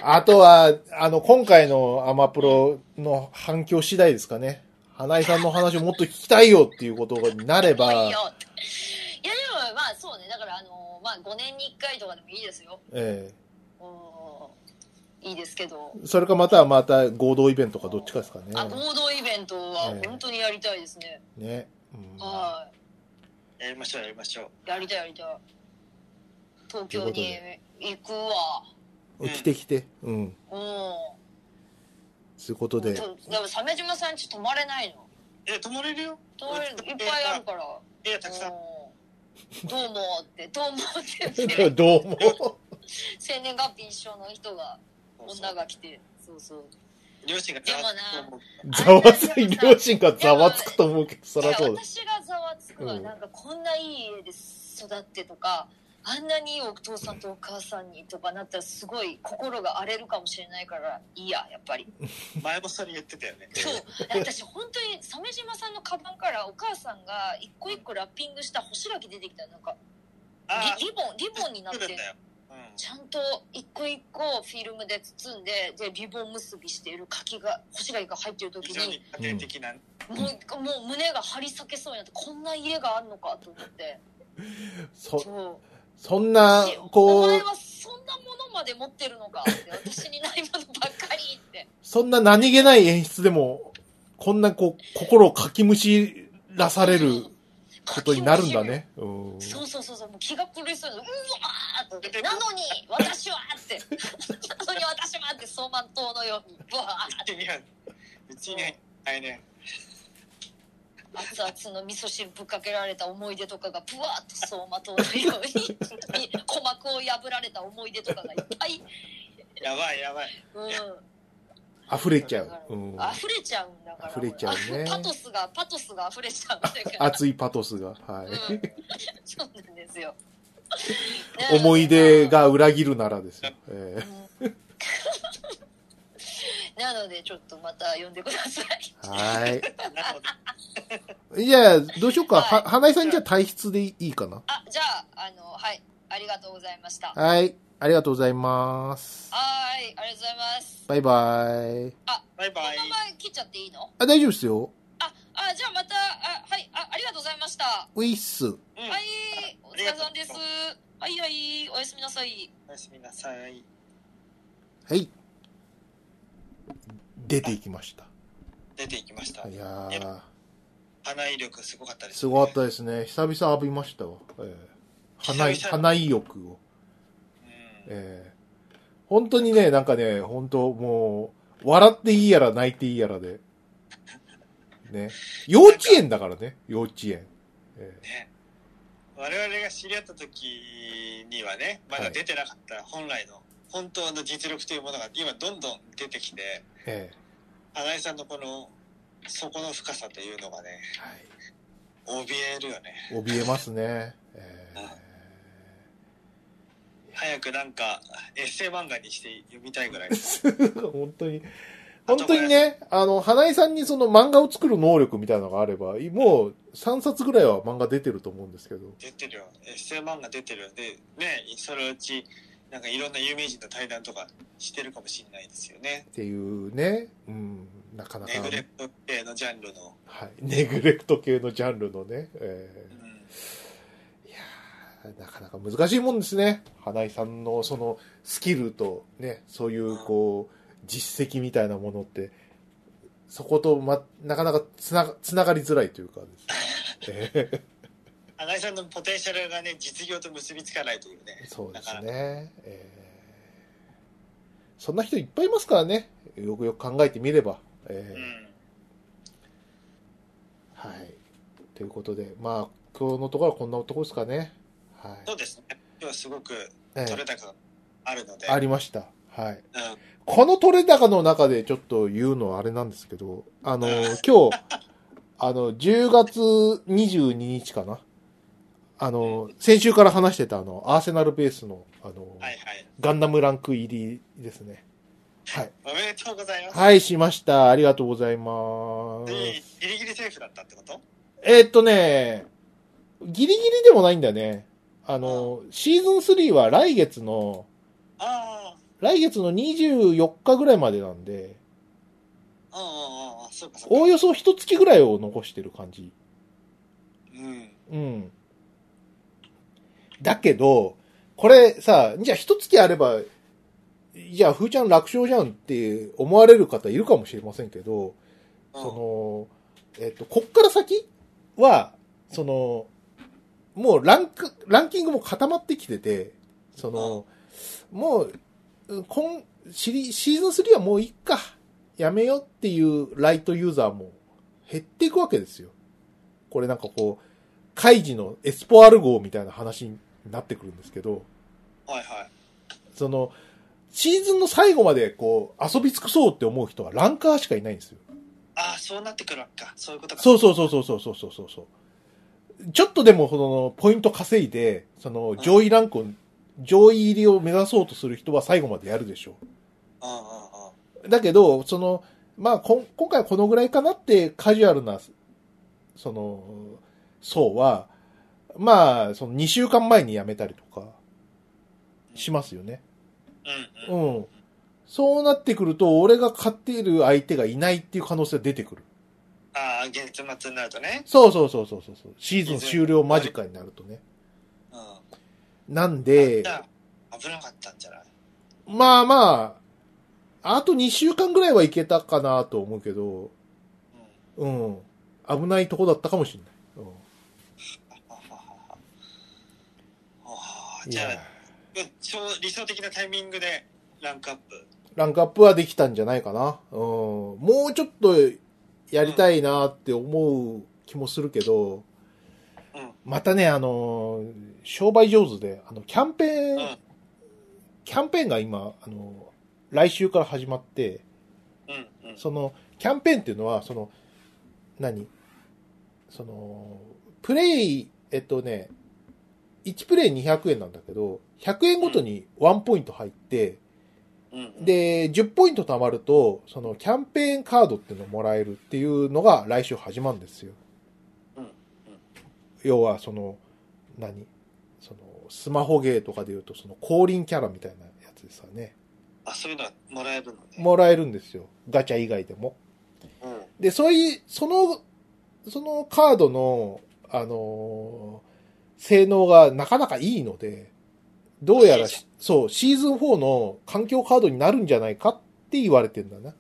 あとは、あの、今回のアマプロの反響次第ですかね。花井さんの話をもっと聞きたいよっていうことになれう。もういいば、よって。いやでもまあそうね、だからあのまあ5年に1回とかでもいいですよ。えうんいいですけど。えそれかまたはまた合同イベントかどっちかですかね。あ合同イベントはええ本当にやりたいですね。ね。うんはやりましょう、やりましょう。い。やりたいやりたい。東京とにい行くわ。うん来て来て。うん。うそういうことん。でで。も鮫島さんち泊まれないのえ、泊まれるよ。泊まれるいっぱいあるから。部屋たくさん。うんどうもって、どうもっ [laughs] て。どうも。生年月日一緒の人が女が来てそうそう両親がでもなざわつくと思うざわつい、両親がざわつくと思うけど、そいやらそうだ。私がざわつくのはうんなんかこんないい家で育ってとか、あんなにいいお父さんとお母さんにとかなったらすごい心が荒れるかもしれないからいいややっぱり前もそれ言ってたよねそう私本当に鮫島さんのカバンからお母さんが一個一個ラッピングした干し柿出てきたなんかあリリボンリボンになあっ来るんてだよ、うん、ちゃんと一個一個フィルムで包んででリボン結びしている柿が干し柿が入ってる時非常にに家庭的な、もうもう胸が張り裂けそうになってこんな家があんのかと思ってそ、そう。そんな、こお前う、はそんなものまで持ってるのかって私にないものばっかりってそんな何気ない演出でも、こんなこう、心をかきむしらされることになるんだね。うん。そうそうそうそうもう気が狂いそうでうわーってなのに私はってなのに私はって相馬灯のようにブワーうちにはうちにはないね熱々の味噌汁ぶっかけられた思い出とかがブワーっと相馬灯のように鼓膜を破られた思い出とかがいっぱい、やばいやばいうん、溢れちゃう。うん。溢れちゃうんだから溢れちゃうねパトスがパトスが溢れちゃうんだから熱いパトスが。はうんそうなんですよ。い。思い出が裏切るならですよ。ええうん。 [laughs] なので、ちょっとまた呼んでください。はなるほどーい。じゃあ、どうしようか。はいは、花井さんじゃあ体質でいいかな。あ、じゃあ、あの、はい、ありがとうございました。ははい。ありがとうございます。ーい、ありがとうございます。バイバイ。バイこのバイまま切っちゃっていいのあ、大丈夫ですよ。あ、あ、じゃあまた、あ、はい、あ、ありがとうございました。はウィッス。うんい、お疲れさんです。はいはい、おやすみなさい。おやすみなさいはい。出ていきました。出ていきましたいやー、鼻威力すごかったです、すごかったですね。久々浴びましたわ。えー、花い、久々花い欲を。うん、えー本当にね、なんかね、本当もう、笑っていいやら泣いていいやらで。ね。幼稚園だからね、幼稚園。えね我々が知り合った時にはねまだ出てなかった本来の本当の実力というものが今どんどん出てきてーえ花井さんのこの底の深さというのがねーはい。怯えるよね怯えますね。え [laughs] ー早くなんかエッセイ漫画にして読みたいぐらい [laughs] 本当に、本当にね、あの、花井さんにその漫画を作る能力みたいなのがあれば、もう3冊ぐらいは漫画出てると思うんですけど。出てるよエッセイ漫画出てるよでねそのうちなんかいろんな有名人と対談とかしてるかもしれないですよねっていうね、うん、なかなか、ネグレクト系のジャンルの、はい、ネグレクト系のジャンルのね、えうんーいやーなかなか難しいもんですね。花井さんのそのスキルとね、そういうこう、実績みたいなものって、そこと、ま、なかなかつなが、つながりづらいというかです [laughs] ね、えー新井さんのポテンシャルがね実業と結びつかないというねそうですだからね、えーそんな人いっぱいいますからね。よくよく考えてみれば。えうーんはい。ということで、まあ、今日のところはこんなとこですかね。はい。そうですね今日すごくえ取えれ高があるので、ありました。はうい。んこの取れ高の中でちょっと言うのはあれなんですけど、あの、今日、あの、10月22日かな。あの、先週から話してたあの、アーセナルベースの、あの、はいはいガンダムランク入りですね。はい。おめでとうございます、はい、しました。ありがとうございます。でギリギリセーフだったってことえーっとね、ギリギリでもないんだね。あの、シーズン3は来月の、あ来月の24日ぐらいまでなんで、あうんうんうんうんそうかそうかおおよそ一月ぐらいを残してる感じ。うんうん。だけど、これさ、じゃあ一月あれば、じゃあ、ふーちゃん楽勝じゃんって思われる方いるかもしれませんけど、うんその、えっと、こっから先は、その、もうランク、ランキングも固まってきてて、その、もう、うん今、シリ、シーズン3はもういっか、やめようっていうライトユーザーも減っていくわけですよ。これなんかこう、カイジのエスポアル号みたいな話になってくるんですけど、はいはいその、シーズンの最後までこう、遊び尽くそうって思う人はランカーしかいないんですよ。ああ、そうなってくるわけか。そういうことか。そうそうそうそうそうそうそうそうそう。ちょっとでも、その、ポイント稼いで、その、上位ランクを、上位入りを目指そうとする人は最後までやるでしょうんうんうん。う。だけど、その、まあ、こん今回はこのぐらいかなってカジュアルな、その、層は、まあ、その2週間前に辞めたりとか、しますよね。うんうん。うん。そうなってくると、俺が勝っている相手がいないっていう可能性が出てくる。ああ、月末になるとね。そうそうそうそうそうそう。シーズン終了間近になるとね。うん。なんで、じゃあ危なかったんじゃないまあまあ、あと2週間ぐらいはいけたかなと思うけど、うんうん。危ないとこだったかもしれない。ははははあうあん、じゃいやあ、うん超理想的なタイミングでランクアップ。ランクアップはできたんじゃないかな。うん。もうちょっとやりたいなって思う気もするけど、うんまたね、あのー、商売上手で、あの、キャンペーン、うんキャンペーンが今、あのー、来週から始まって、うんうん。その、キャンペーンっていうのは、その、何その、プレイ、えっとね、1プレイ200円なんだけど、100円ごとに1ポイント入って、うん、で、10ポイント貯まると、そのキャンペーンカードっていうのをもらえるっていうのが来週始まるんですよ。うんうん要は、その、何その、スマホゲーとかで言うと、その降臨キャラみたいなやつですよね。あ、そういうのはもらえるのね。もらえるんですよ。ガチャ以外でも。うん。で、そういう、その、そのカードの、あのー性能がなかなかいいので、どうやらシーズし、そう、シーズン4の環境カードになるんじゃないかって言われてんだな。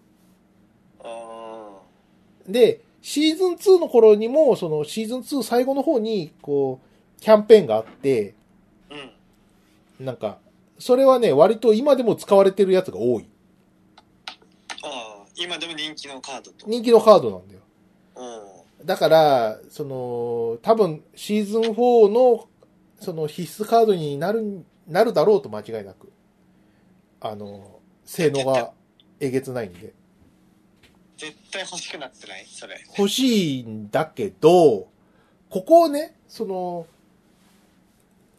あで、シーズン2の頃にも、そのシーズン2最後の方に、こう、キャンペーンがあって、ーうん。なんか、それはね、割と今でも使われてるやつが多い。ああ、今でも人気のカードと。人気のカードなんだよ。うん。だから、その、多分、シーズン4の、その、必須カードになる、なるだろうと間違いなく。あの、性能がえげつないんで。絶対欲しくなってないそれ。欲しいんだけど、ここをね、その、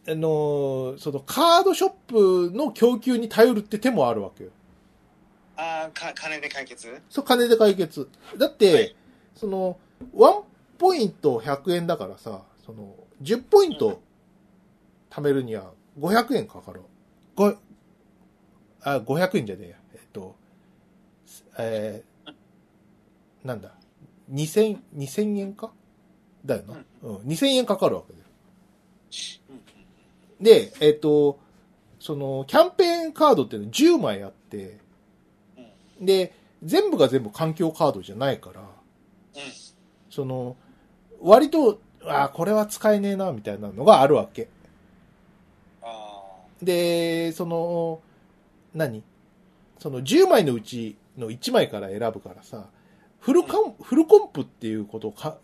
あの、その、カードショップの供給に頼るって手もあるわけよ。ああ、か、金で解決そう、金で解決。だって、はいその、ワンポイント100円だからさ、その、10ポインうんト貯めるには500円かかる。ご、あ、500円じゃねえや。えっと、えー、なんだ、2000、2000円かだよな。うん、2000円かかるわけだよ。うん。で、えっと、その、キャンペーンカードっていうの10枚あって、で、全部が全部環境カードじゃないから、うん。その、割と、ああ、これは使えねえな、みたいなのがあるわけ。あで、その、何その10枚のうちの1枚から選ぶからさ、フルコン、フルコンプっていうことをか、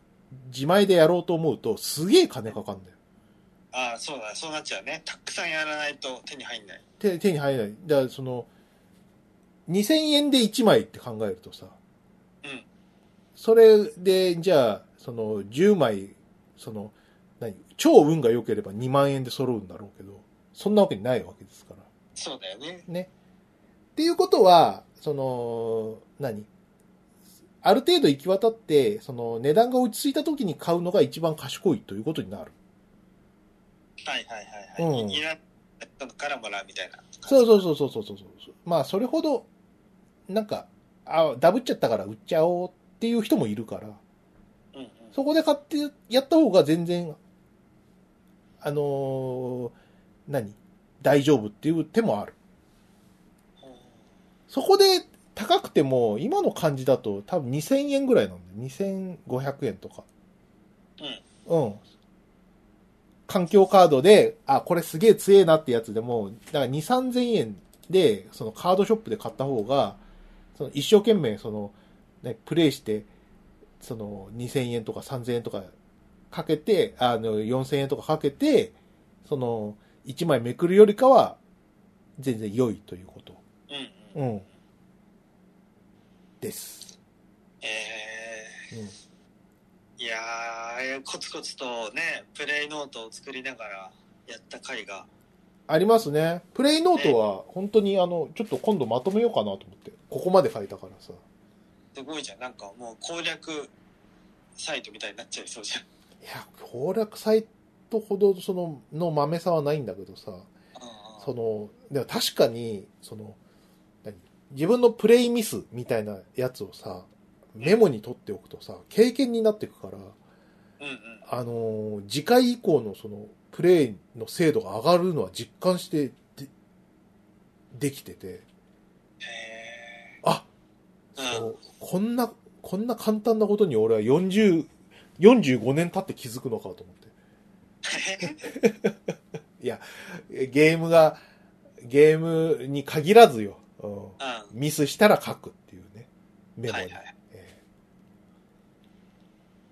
自前でやろうと思うと、すげえ金かかるんだよ。あ。ああ、そうだ、そうなっちゃうね。たくさんやらないと手に入んない。手、手に入らない。だからその、2000円で1枚って考えるとさ、うん。それで、じゃあ、その、10枚、その、何超運が良ければ2万円で揃うんだろうけど、そんなわけないわけですから。っそうだよね。ていうことは、その、何ある程度行き渡って、その、値段が落ち着いた時に買うのが一番賢いということになる。はいはいはいはい。うんいらったのからもらうみたいな。。そうそううそうそうそうそうそう。まあ、それほど、なんか、あ、ダブっちゃったから売っちゃおうっていう人もいるから。うんうん。そこで買ってやった方が全然、あのー何大丈夫っていう手もある。そこで高くても、今の感じだと多分2000円ぐらいなんだよ。2500円とか。うん。環境カードで、あ、これすげえ強えなってやつでも、だから2、3000円で、そのカードショップで買った方が、その一生懸命、その、ね、プレイして、その2000円とか3000円とかかけて、あの、4000円とかかけて、その、1枚めくるよりかは、全然良いということ。うんうん。うん。です。えうんー、いやー、コツコツとね、プレイノートを作りながらやった回が、ありますね。プレイノートは本当にあの、ちょっと今度まとめようかなと思って。ここまで書いたからさ。すごいじゃん。なんかもう攻略サイトみたいになっちゃいそうじゃん。いや、攻略サイトほどその、の豆さはないんだけどさ。その、でも確かに、その、何自分のプレイミスみたいなやつをさ、メモに取っておくとさ、経験になっていくから、うんうん。あのー次回以降のその、プレイの精度が上がるのは実感して、で、できてて、へあ、ー。 [laughs] うん。そうこんな、こんな簡単なことに俺は40、45年経って気づくのかと思って。えゲームが、ゲームに限らずよ。うんうん。ミスしたら書くっていうね。メモはに。いはい。え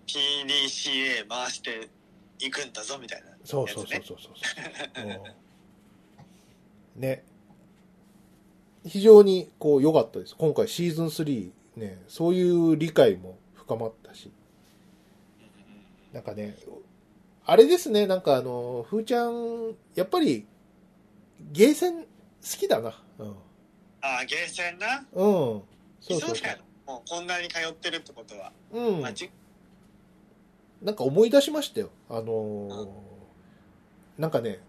PDCA 回していくんだぞみたいな。ーそうそうそうそうそう、うんね。非常にこう良かったです。今回シーズン3ね、そういう理解も深まったし。なんかね、あれですね、なんかあの、ふーちゃん、やっぱり、ゲーセン好きだな。うん。うん。ああ、ゲーセンな。そうそうそうだよ。もうこんなに通ってるってことは。う。うんまあ。じなんか思い出しましたよ。あのーなんかね、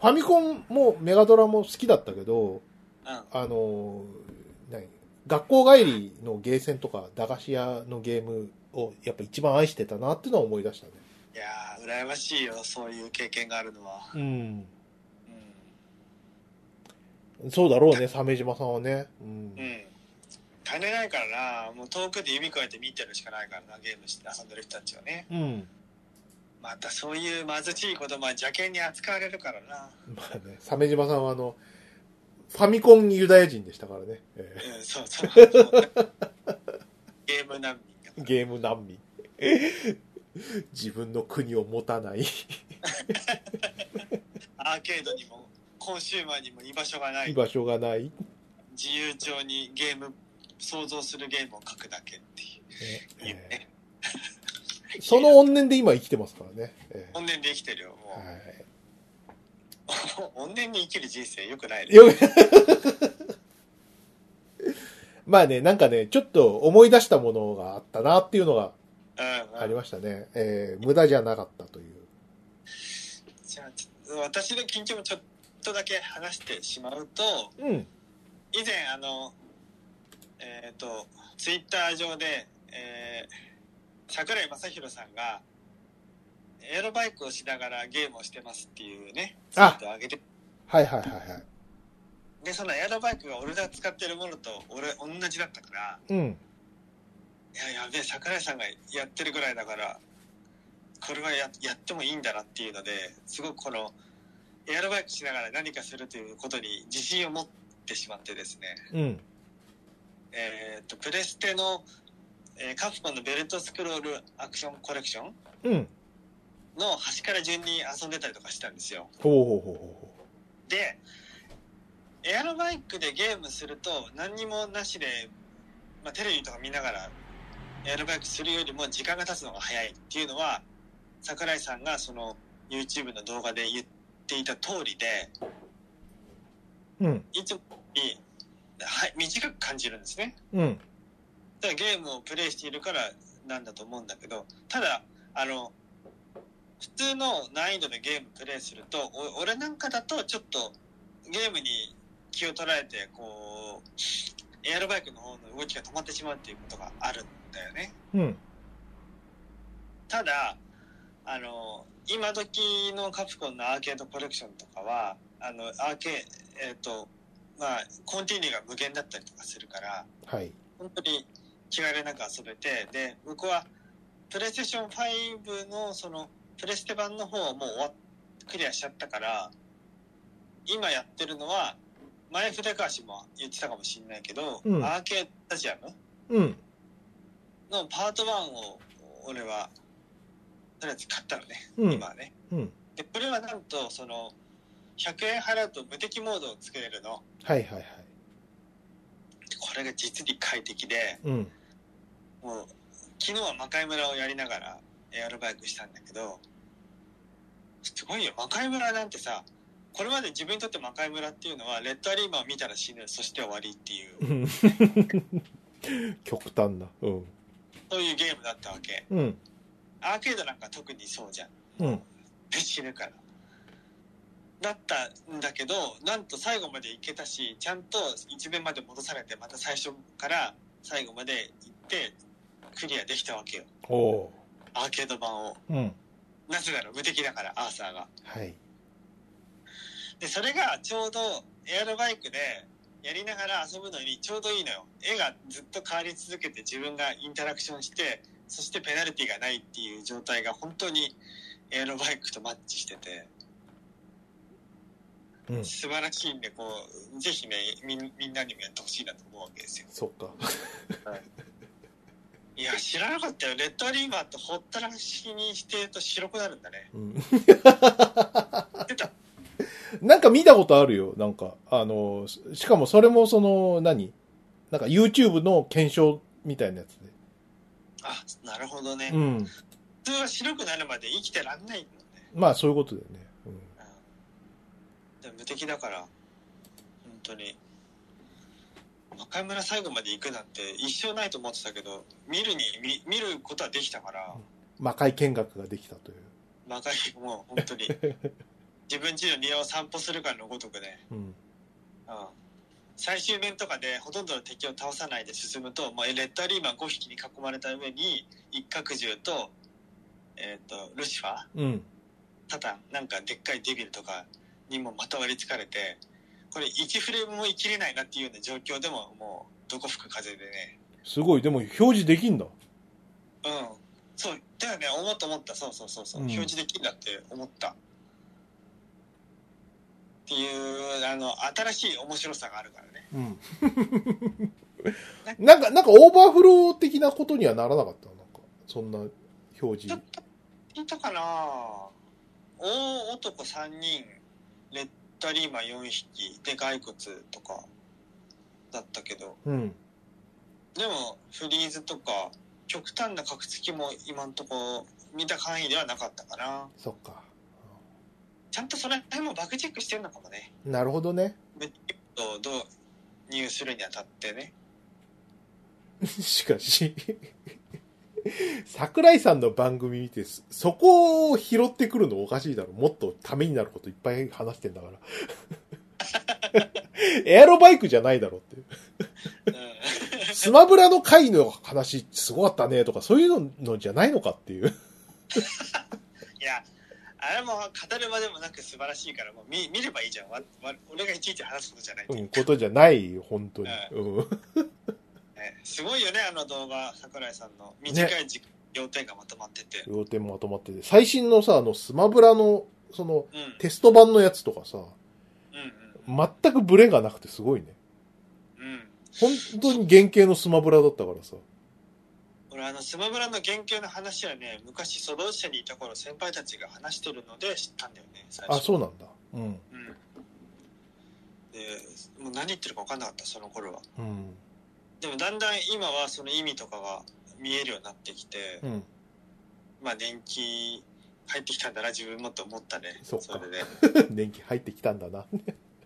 ファミコンもメガドラも好きだったけど、うん。あのー何学校帰りのゲーセンとか駄菓子屋のゲームをやっぱ一番愛してたなっていうのは思い出したね。いやー、羨ましいよ。そういう経験があるのは。うん。う。そうだろうね、鮫島さんはね。うん。うんん。金ないからな。もう遠くで指くわえて見てるしかないからな。ゲームして遊んでる人たちはね。うん。またそういう貧しい子供は邪険に扱われるからな。まあね、鮫島さんはあの、ファミコンユダヤ人でしたからね。えうん、そうそう。そうゲーム難民だかーら。ゲーム難民。 [laughs] 自分の国を持たない。アーケードにもコンシューマーにも居場所がない居場所がない。自由帳にゲーム想像するゲームを書くだけっていういいよねえーその怨念で今生きてますからね。えー怨念で生きてるよも [laughs] はう、怨念に生きる人生よくないい、ねよ [laughs] まあね、なんかね、ちょっと思い出したものがあったなっていうのがうん、うん、ありましたね。えー無駄じゃなかったという。じゃあちょっと私の近況もちょっとだけ話してしまうとうん。以前あのえっ、とツイッター上で、えー、桜井正宏さんがエアロバイクをしながらゲームをしてますっていうねツイあートを上げてはいはいはいはい。でそのエアロバイクが俺が使ってるものと俺同じだったからうん。いややべえ桜井さんがやってるぐらいだからこれはややってもいいんだなっていうのですごくこのエアロバイクしながら何かするということに自信を持ってしまってですねうん。えーっとプレステの、えーカプコンのベルトスクロールアクションコレクションうん。の端から順に遊んでたりとかしたんですよほうほうほうほうほでエアロバイクでゲームすると何にもなしで、まあ、テレビとか見ながらエアロバイクするよりも時間が経つのが早いっていうのは桜井さんがその YouTube の動画で言っていた通りでう。うん。いつもよりはい短く感じるんですねうん。だからゲームをプレイしているからなんだと思うんだけどただあの普通の難易度でゲームプレイするとお俺なんかだとちょっとゲームに気を取られてこうエアロバイクの方の動きが止まってしまうっていうことがあるんだよねうん。ただあの今時のカプコンのアーケードコレクションとかはあのアーケえっ、とまあコンティニューが無限だったりとかするからはい。本当に気軽なく遊べてで僕はプレイステーション5のそのプレステ版の方はもう終わっクリアしちゃったから今やってるのは前筆川氏も言ってたかもしれないけど、うんアーケードスタジアムうん。のパート1を俺はとりあえず買ったのね、うん今。はねうん。でこれはなんとその100円払うと無敵モードを作れるの。はいはいはい。これが実に快適で、うん。もう、昨日は魔界村をやりながらエアロバイクしたんだけど、すごいよ。魔界村なんてさ、これまで自分にとって魔界村っていうのは、レッドアリーマンを見たら死ぬ、そして終わりっていうう、ん極端な。うん。そういうゲームだったわけ。うん。アーケードなんか特にそうじゃん。うん。死ぬから。だったんだけど、なんと最後まで行けたし、ちゃんと一面まで戻されて、また最初から最後まで行って、クリアできたわけよ。おおアーケード版を。ー。うん。なぜなら無敵だから、アーサーが。はい。で、それがちょうどエアロバイクでやりながら遊ぶのにちょうどいいのよ。絵がずっと変わり続けて自分がインタラクションして、そしてペナルティがないっていう状態が本当にエアロバイクとマッチしてて。うん。素晴らしいんで、こう、ぜひね、みんみんなにもやってほしいなと思うわけですよ。そっか。いや、知らなかったよ。レッドアリーマーってほったらかしにしてると白くなるんだね。うん。出た。なんか見たことあるよ。なんか、あの、ししかもそれもその、何なんか YouTube の検証みたいなやつで。あ、なるほどね。うん。普通は白くなるまで生きてらんないんだね。まあそういうことだよね。うんでも無敵だから、本当に。赤村最後まで行くなんて一生ないと思ってたけど、見るに、見見ることはできたから、うん。魔界見学ができたという。魔界もう本当 [laughs] に、自分家の庭を散歩するからのごとくね、うん。うん最終面とかでほとんどの敵を倒さないで進むともうレッドアリーマン5匹に囲まれた上に一角獣と,、えー、とルシファーうん。タタンなんかでっかいデビルとかにもまとわりつかれてこれ1フレームも生きれないなっていうような状況でももうどこ吹く風でねすごい。でも表示できんだ。うんそうだよね思った思ったそうそうそうそう、うん表示できるんだって思ったっていうあの新しい面白さがあるからねうん。なんか、なんかオーバーフロー的なことにはならなかった。なんか、そんな表ちょ示っ。と、いたかな大男3人、レッドリーマン4匹、で、骸骨とか、だったけど。うん。でも、フリーズとか、極端な格付きも今んとこ見た範囲ではなかったかな。そっか。ちゃんとその辺もバックチェックしてんのかもね。なるほどね。 [laughs] メッどう入するにあたってね。しかし、桜井さんの番組見て、そそこを拾ってくるのおかしいだろ。もっとためになることいっぱい話してんだから。 [laughs] エアロバイクじゃないだろって。うん。 [laughs] スマブラの回の話すごかったねとか、そういうのじゃないのかっていう。いや、あれも語るまでもなく素晴らしいから、もう見見ればいいじゃん。わわ俺がいちいち話すことじゃないとう、いうんことじゃないよ、本当に。うん。ねすごいよねあの動画桜井さんの短い時間、要点がまとまってて要点まとまってて。最新のさ、あの、スマブラの、その、うんうんテスト版のやつとかさ、全くブレがなくてすごいね。うんうん本当に原型のスマブラだったからさ。俺あのスマブラの原型の話はね昔ソロ社にいた頃先輩たちが話してるので知ったんだよね最あ、初そうなんだ。うん。う、ん、でもう何言ってるか分かんなかったその頃はうん。でもだんだん今はその意味とかが見えるようになってきて、うん。 [laughs] まあ年季入ってきたんだな自分もと思ったねそっかれ [laughs] で、年季入ってきたんだな。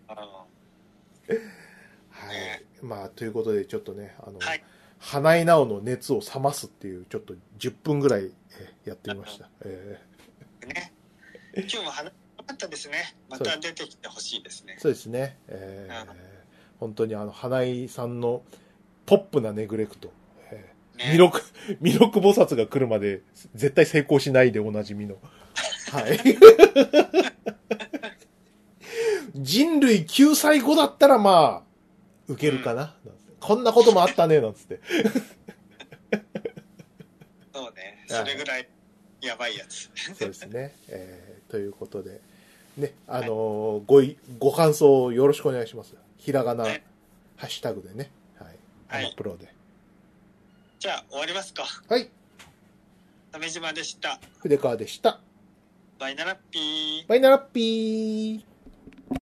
あのはい。まあ、ということで、ちょっとね、あの、はい花井直の熱を冷ますっていう、ちょっと10分ぐらいえやってみました。えね今日も話よかったですねまた出てきてほしいですねーそうですね。えーうん本当にあの、花井さんのポップなネグレクト。えー弥ね勒、弥勒菩薩が来るまで絶対成功しないでおなじみの。はい。人類救済後だったらまあ、受けるかな、なんつってこんなこともあったね、なんつって。そうね、はそいれぐらいやばいやつ。そうですね。えーということで、ね、あのーごい、ご感想をよろしくお願いします。ひらがな、はハいッシュタグでね。はい。はいアマプロで。じゃあ終わりますか。はい。鮫島でした。筆川でした。バイナラッピー。バイナラッピー。